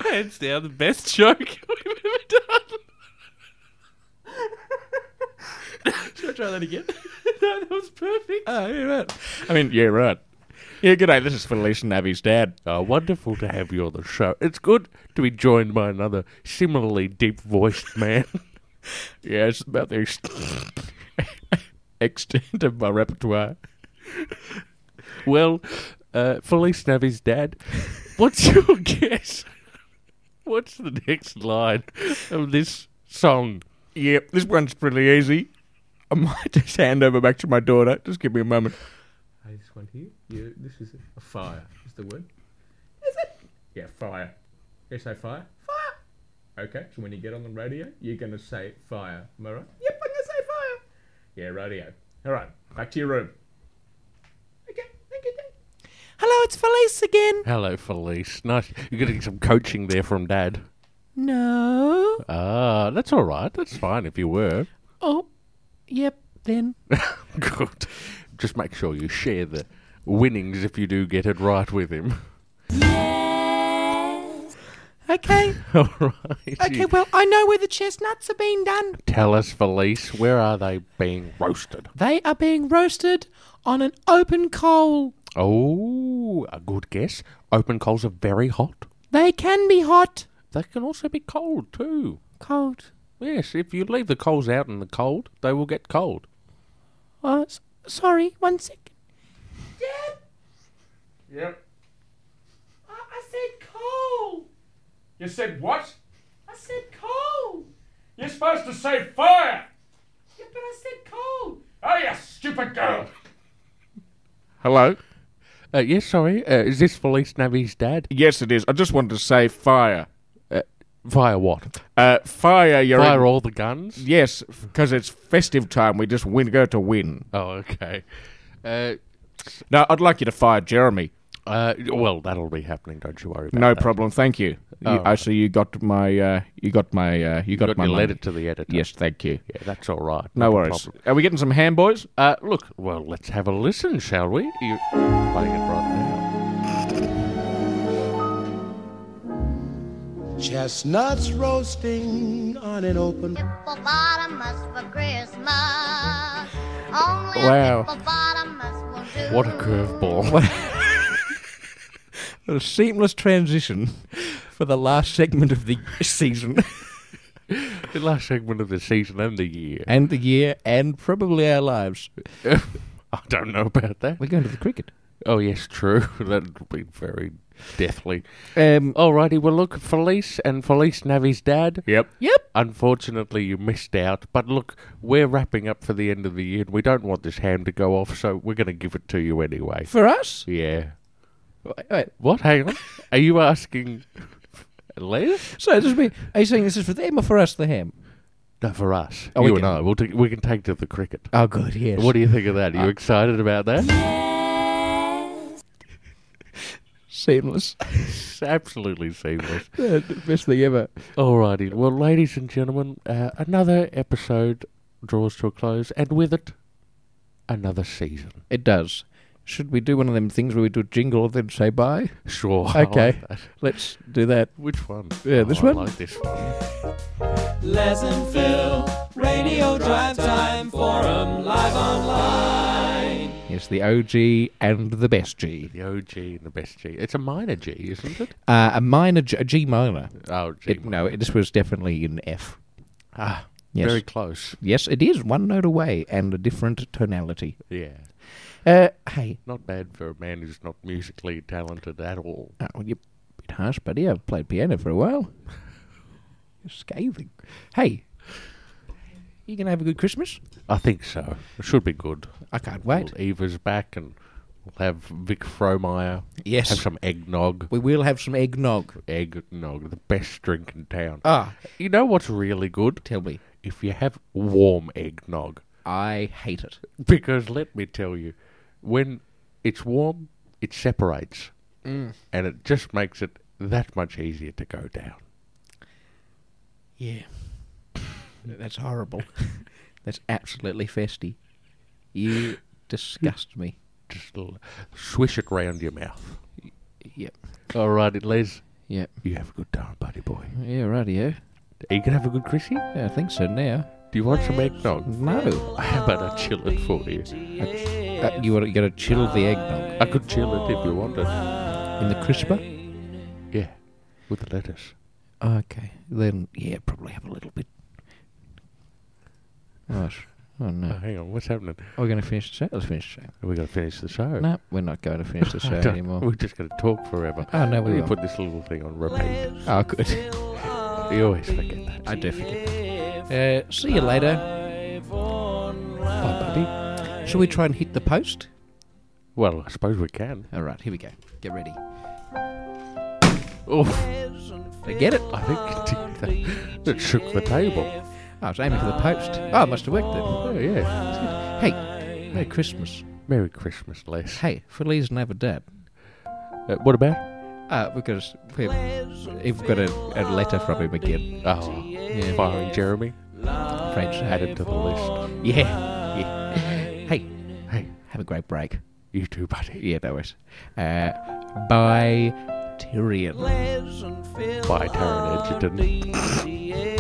[SPEAKER 2] Hands down, the best joke we've ever done. Should I try that again? no, that was perfect.
[SPEAKER 1] oh, yeah, right. I mean, yeah, right. Yeah, good day. This is for Lee Snappy's dad.
[SPEAKER 2] Oh, wonderful to have you on the show. It's good to be joined by another similarly deep voiced man.
[SPEAKER 1] Yeah, it's about the ex- extent of my repertoire.
[SPEAKER 2] well, uh, Felice Navi's dad, what's your guess? What's the next line of this song?
[SPEAKER 1] Yep, this one's pretty easy. I might just hand over back to my daughter. Just give me a moment.
[SPEAKER 2] Hey, this one here. Yeah, this is a fire. Is the word?
[SPEAKER 5] Is it?
[SPEAKER 2] Yeah, fire. You say fire.
[SPEAKER 5] Fire.
[SPEAKER 2] Okay, so when you get on the radio, you're gonna say fire. Am I right?
[SPEAKER 5] Yep, I'm going to say fire.
[SPEAKER 2] Yeah, radio. All right, back to your room.
[SPEAKER 5] Okay, thank you, Dad. Hello, it's Felice again.
[SPEAKER 2] Hello, Felice. Nice. You're getting some coaching there from Dad.
[SPEAKER 5] No.
[SPEAKER 2] Ah, that's all right. That's fine if you were.
[SPEAKER 5] Oh, yep, then.
[SPEAKER 2] Good. Just make sure you share the winnings if you do get it right with him.
[SPEAKER 5] Okay.
[SPEAKER 2] all right.
[SPEAKER 5] Okay,
[SPEAKER 2] You
[SPEAKER 5] well, I know where the chestnuts are being done.
[SPEAKER 2] Tell us, Felice, where are they being roasted?
[SPEAKER 5] They are being roasted on an open coal.
[SPEAKER 2] Oh, a good guess. Open coals are very hot.
[SPEAKER 5] They can be hot.
[SPEAKER 2] They can also be cold too.
[SPEAKER 5] Cold.
[SPEAKER 2] Yes, if you leave the coals out in the cold, they will get cold.
[SPEAKER 5] Oh, s- sorry, one second. Dad,
[SPEAKER 2] Yep.
[SPEAKER 5] I, I said coal.
[SPEAKER 2] You said what?
[SPEAKER 5] I said coal.
[SPEAKER 2] You're supposed to say fire!
[SPEAKER 5] Yeah, but I said coal.
[SPEAKER 2] Oh, you stupid girl! Hello? Uh, yes, sorry. Uh, is this Felice Navi's dad?
[SPEAKER 1] Yes, it is. I just wanted to say fire.
[SPEAKER 2] Via what?
[SPEAKER 1] Uh, fire, you're
[SPEAKER 2] Via
[SPEAKER 1] in-
[SPEAKER 2] all the guns?
[SPEAKER 1] Yes, because it's festive time. We just win, go to win.
[SPEAKER 2] Oh, okay. Uh,
[SPEAKER 1] Now, I'd like you to fire Jeremy.
[SPEAKER 2] Uh, well, that'll be happening. Don't you worry about
[SPEAKER 1] No
[SPEAKER 2] that.
[SPEAKER 1] problem. Thank you. You-
[SPEAKER 2] Oh.
[SPEAKER 1] Actually, you got my, uh, you got my, uh, you got
[SPEAKER 2] Got
[SPEAKER 1] my
[SPEAKER 2] you
[SPEAKER 1] money.
[SPEAKER 2] led it to the editor.
[SPEAKER 1] Yes, thank you.
[SPEAKER 2] Yeah, that's all right.
[SPEAKER 1] No
[SPEAKER 2] not a
[SPEAKER 1] worries.
[SPEAKER 2] problem.
[SPEAKER 1] Are we getting some ham, boys?
[SPEAKER 2] Uh, look, well, let's have a listen, shall we? You're playing it right now.
[SPEAKER 9] Chestnuts roasting on an open
[SPEAKER 4] Hippopotamus for Christmas. Only
[SPEAKER 1] Wow.
[SPEAKER 4] a hippopotamus will do.
[SPEAKER 2] What a curveball.
[SPEAKER 1] A seamless transition for the last segment of the season
[SPEAKER 2] the last segment of the season and the year.
[SPEAKER 1] and the year and probably our lives.
[SPEAKER 2] I don't know about that.
[SPEAKER 1] We're going to the cricket.
[SPEAKER 2] Oh, yes, true. That'll be very deathly.
[SPEAKER 1] Um,
[SPEAKER 2] Alrighty, well, look, Felice and Felice Navi's dad. Yep.
[SPEAKER 1] Yep.
[SPEAKER 2] Unfortunately, you missed out. But look, we're wrapping up for the end of the year. and We don't want this ham to go off, so we're going to give it to you anyway.
[SPEAKER 1] For us?
[SPEAKER 2] Yeah.
[SPEAKER 1] Wait, wait.
[SPEAKER 2] What? Hang on. Are you asking Les?
[SPEAKER 1] So, this be, are you saying this is for them or for us, the ham?
[SPEAKER 2] No, for us.
[SPEAKER 1] Oh, we
[SPEAKER 2] you and
[SPEAKER 1] can-
[SPEAKER 2] I. We'll take we can take to the cricket.
[SPEAKER 1] Oh, good, yes.
[SPEAKER 2] What do you think of that? Are you excited about that?
[SPEAKER 1] Seamless.
[SPEAKER 2] It's absolutely seamless.
[SPEAKER 1] Best thing ever.
[SPEAKER 2] Alrighty. Well, ladies and gentlemen, uh, another episode draws to a close, and with it, another season.
[SPEAKER 1] It does. Should we do one of them things where we do a jingle and then say bye?
[SPEAKER 2] Sure. I like
[SPEAKER 1] Okay,
[SPEAKER 2] that.
[SPEAKER 1] let's do that.
[SPEAKER 2] Which one?
[SPEAKER 1] Yeah, this
[SPEAKER 2] Oh, I
[SPEAKER 1] one?
[SPEAKER 2] like this one.
[SPEAKER 7] Les and Phil, radio drive time forum live online.
[SPEAKER 1] Yes, the OG and the best G.
[SPEAKER 2] The OG and the best G. It's a minor G, isn't it?
[SPEAKER 1] Uh, a minor, G, a G minor.
[SPEAKER 2] Oh, G.
[SPEAKER 1] It, no, it, this was definitely an F.
[SPEAKER 2] ah,
[SPEAKER 1] Yes.
[SPEAKER 2] very close.
[SPEAKER 1] Yes, it is one note away and a different tonality.
[SPEAKER 2] Yeah.
[SPEAKER 1] Uh, hey,
[SPEAKER 2] Not bad for a man who's not musically talented at all.
[SPEAKER 1] oh, well, you're a bit harsh, buddy. I've played piano for a while. You're scathing. Hey, you going to have a good Christmas?
[SPEAKER 2] I think so. It should be good.
[SPEAKER 1] I can't wait.
[SPEAKER 2] Well, Eva's back and we'll have Vic Fromeyer.
[SPEAKER 1] Yes.
[SPEAKER 2] Have some eggnog.
[SPEAKER 1] We will have some eggnog.
[SPEAKER 2] Eggnog, the best drink in town.
[SPEAKER 1] Ah,
[SPEAKER 2] you know what's really good?
[SPEAKER 1] tell me.
[SPEAKER 2] If you have warm eggnog.
[SPEAKER 1] I hate it.
[SPEAKER 2] Because let me tell you, when it's warm, it separates.
[SPEAKER 1] Mm.
[SPEAKER 2] And it just makes it that much easier to go down.
[SPEAKER 1] Yeah. That's horrible. That's absolutely festy. You disgust me.
[SPEAKER 2] Just l- swish it round your mouth.
[SPEAKER 1] Yep.
[SPEAKER 2] All right, Les.
[SPEAKER 1] Yep.
[SPEAKER 2] You have a good time, buddy boy.
[SPEAKER 1] Yeah, rightio.
[SPEAKER 2] Are you going to have a good Chrissy?
[SPEAKER 1] Yeah, I think so now.
[SPEAKER 2] Do you want some eggnog?
[SPEAKER 1] No.
[SPEAKER 2] How about I chill it for you?
[SPEAKER 1] Uh, you want to gotta chill the eggnog
[SPEAKER 2] I could chill it if you wanted.
[SPEAKER 1] in the crisper?
[SPEAKER 2] Yeah, with the lettuce.
[SPEAKER 1] Okay. Then yeah, probably have a little bit. Right. Oh
[SPEAKER 2] Oh,
[SPEAKER 1] no.
[SPEAKER 2] hang on, what's happening?
[SPEAKER 1] Are we gonna finish the show? Let's finish the show.
[SPEAKER 2] Are we going to finish the show?
[SPEAKER 1] No, we're not going to finish the show
[SPEAKER 2] Don't- We're
[SPEAKER 1] anymore.
[SPEAKER 2] just going to talk forever.
[SPEAKER 1] Oh, no, we
[SPEAKER 2] Let me
[SPEAKER 1] won't.
[SPEAKER 2] put this little thing on repeat.
[SPEAKER 1] Oh good.
[SPEAKER 2] You always forget that.
[SPEAKER 1] I do forget. Uh, see you later.
[SPEAKER 2] Bye, buddy.
[SPEAKER 1] Shall we try and hit the post?
[SPEAKER 2] Well, I suppose we can.
[SPEAKER 1] Alright, here we go. Get ready.
[SPEAKER 2] Oh,
[SPEAKER 1] I get it. Oh,
[SPEAKER 2] I think it did that. It shook the table.
[SPEAKER 1] I was aiming for the post. Oh, it must have worked then.
[SPEAKER 2] Oh, yeah.
[SPEAKER 1] Hey, Merry Christmas.
[SPEAKER 2] Merry Christmas, Les.
[SPEAKER 1] Hey, Feliz Navidad.
[SPEAKER 2] Uh, what about?
[SPEAKER 1] Uh, because we've, we've got a, a letter from him again.
[SPEAKER 2] Oh, firing Jeremy.
[SPEAKER 1] French
[SPEAKER 2] Added to the list.
[SPEAKER 1] Yeah. yeah. Hey,
[SPEAKER 2] Hey,
[SPEAKER 1] have a great break.
[SPEAKER 2] you too, buddy.
[SPEAKER 1] Yeah, no worries. Uh, bye, Tyrion.
[SPEAKER 2] Bye, Taron Edgerton.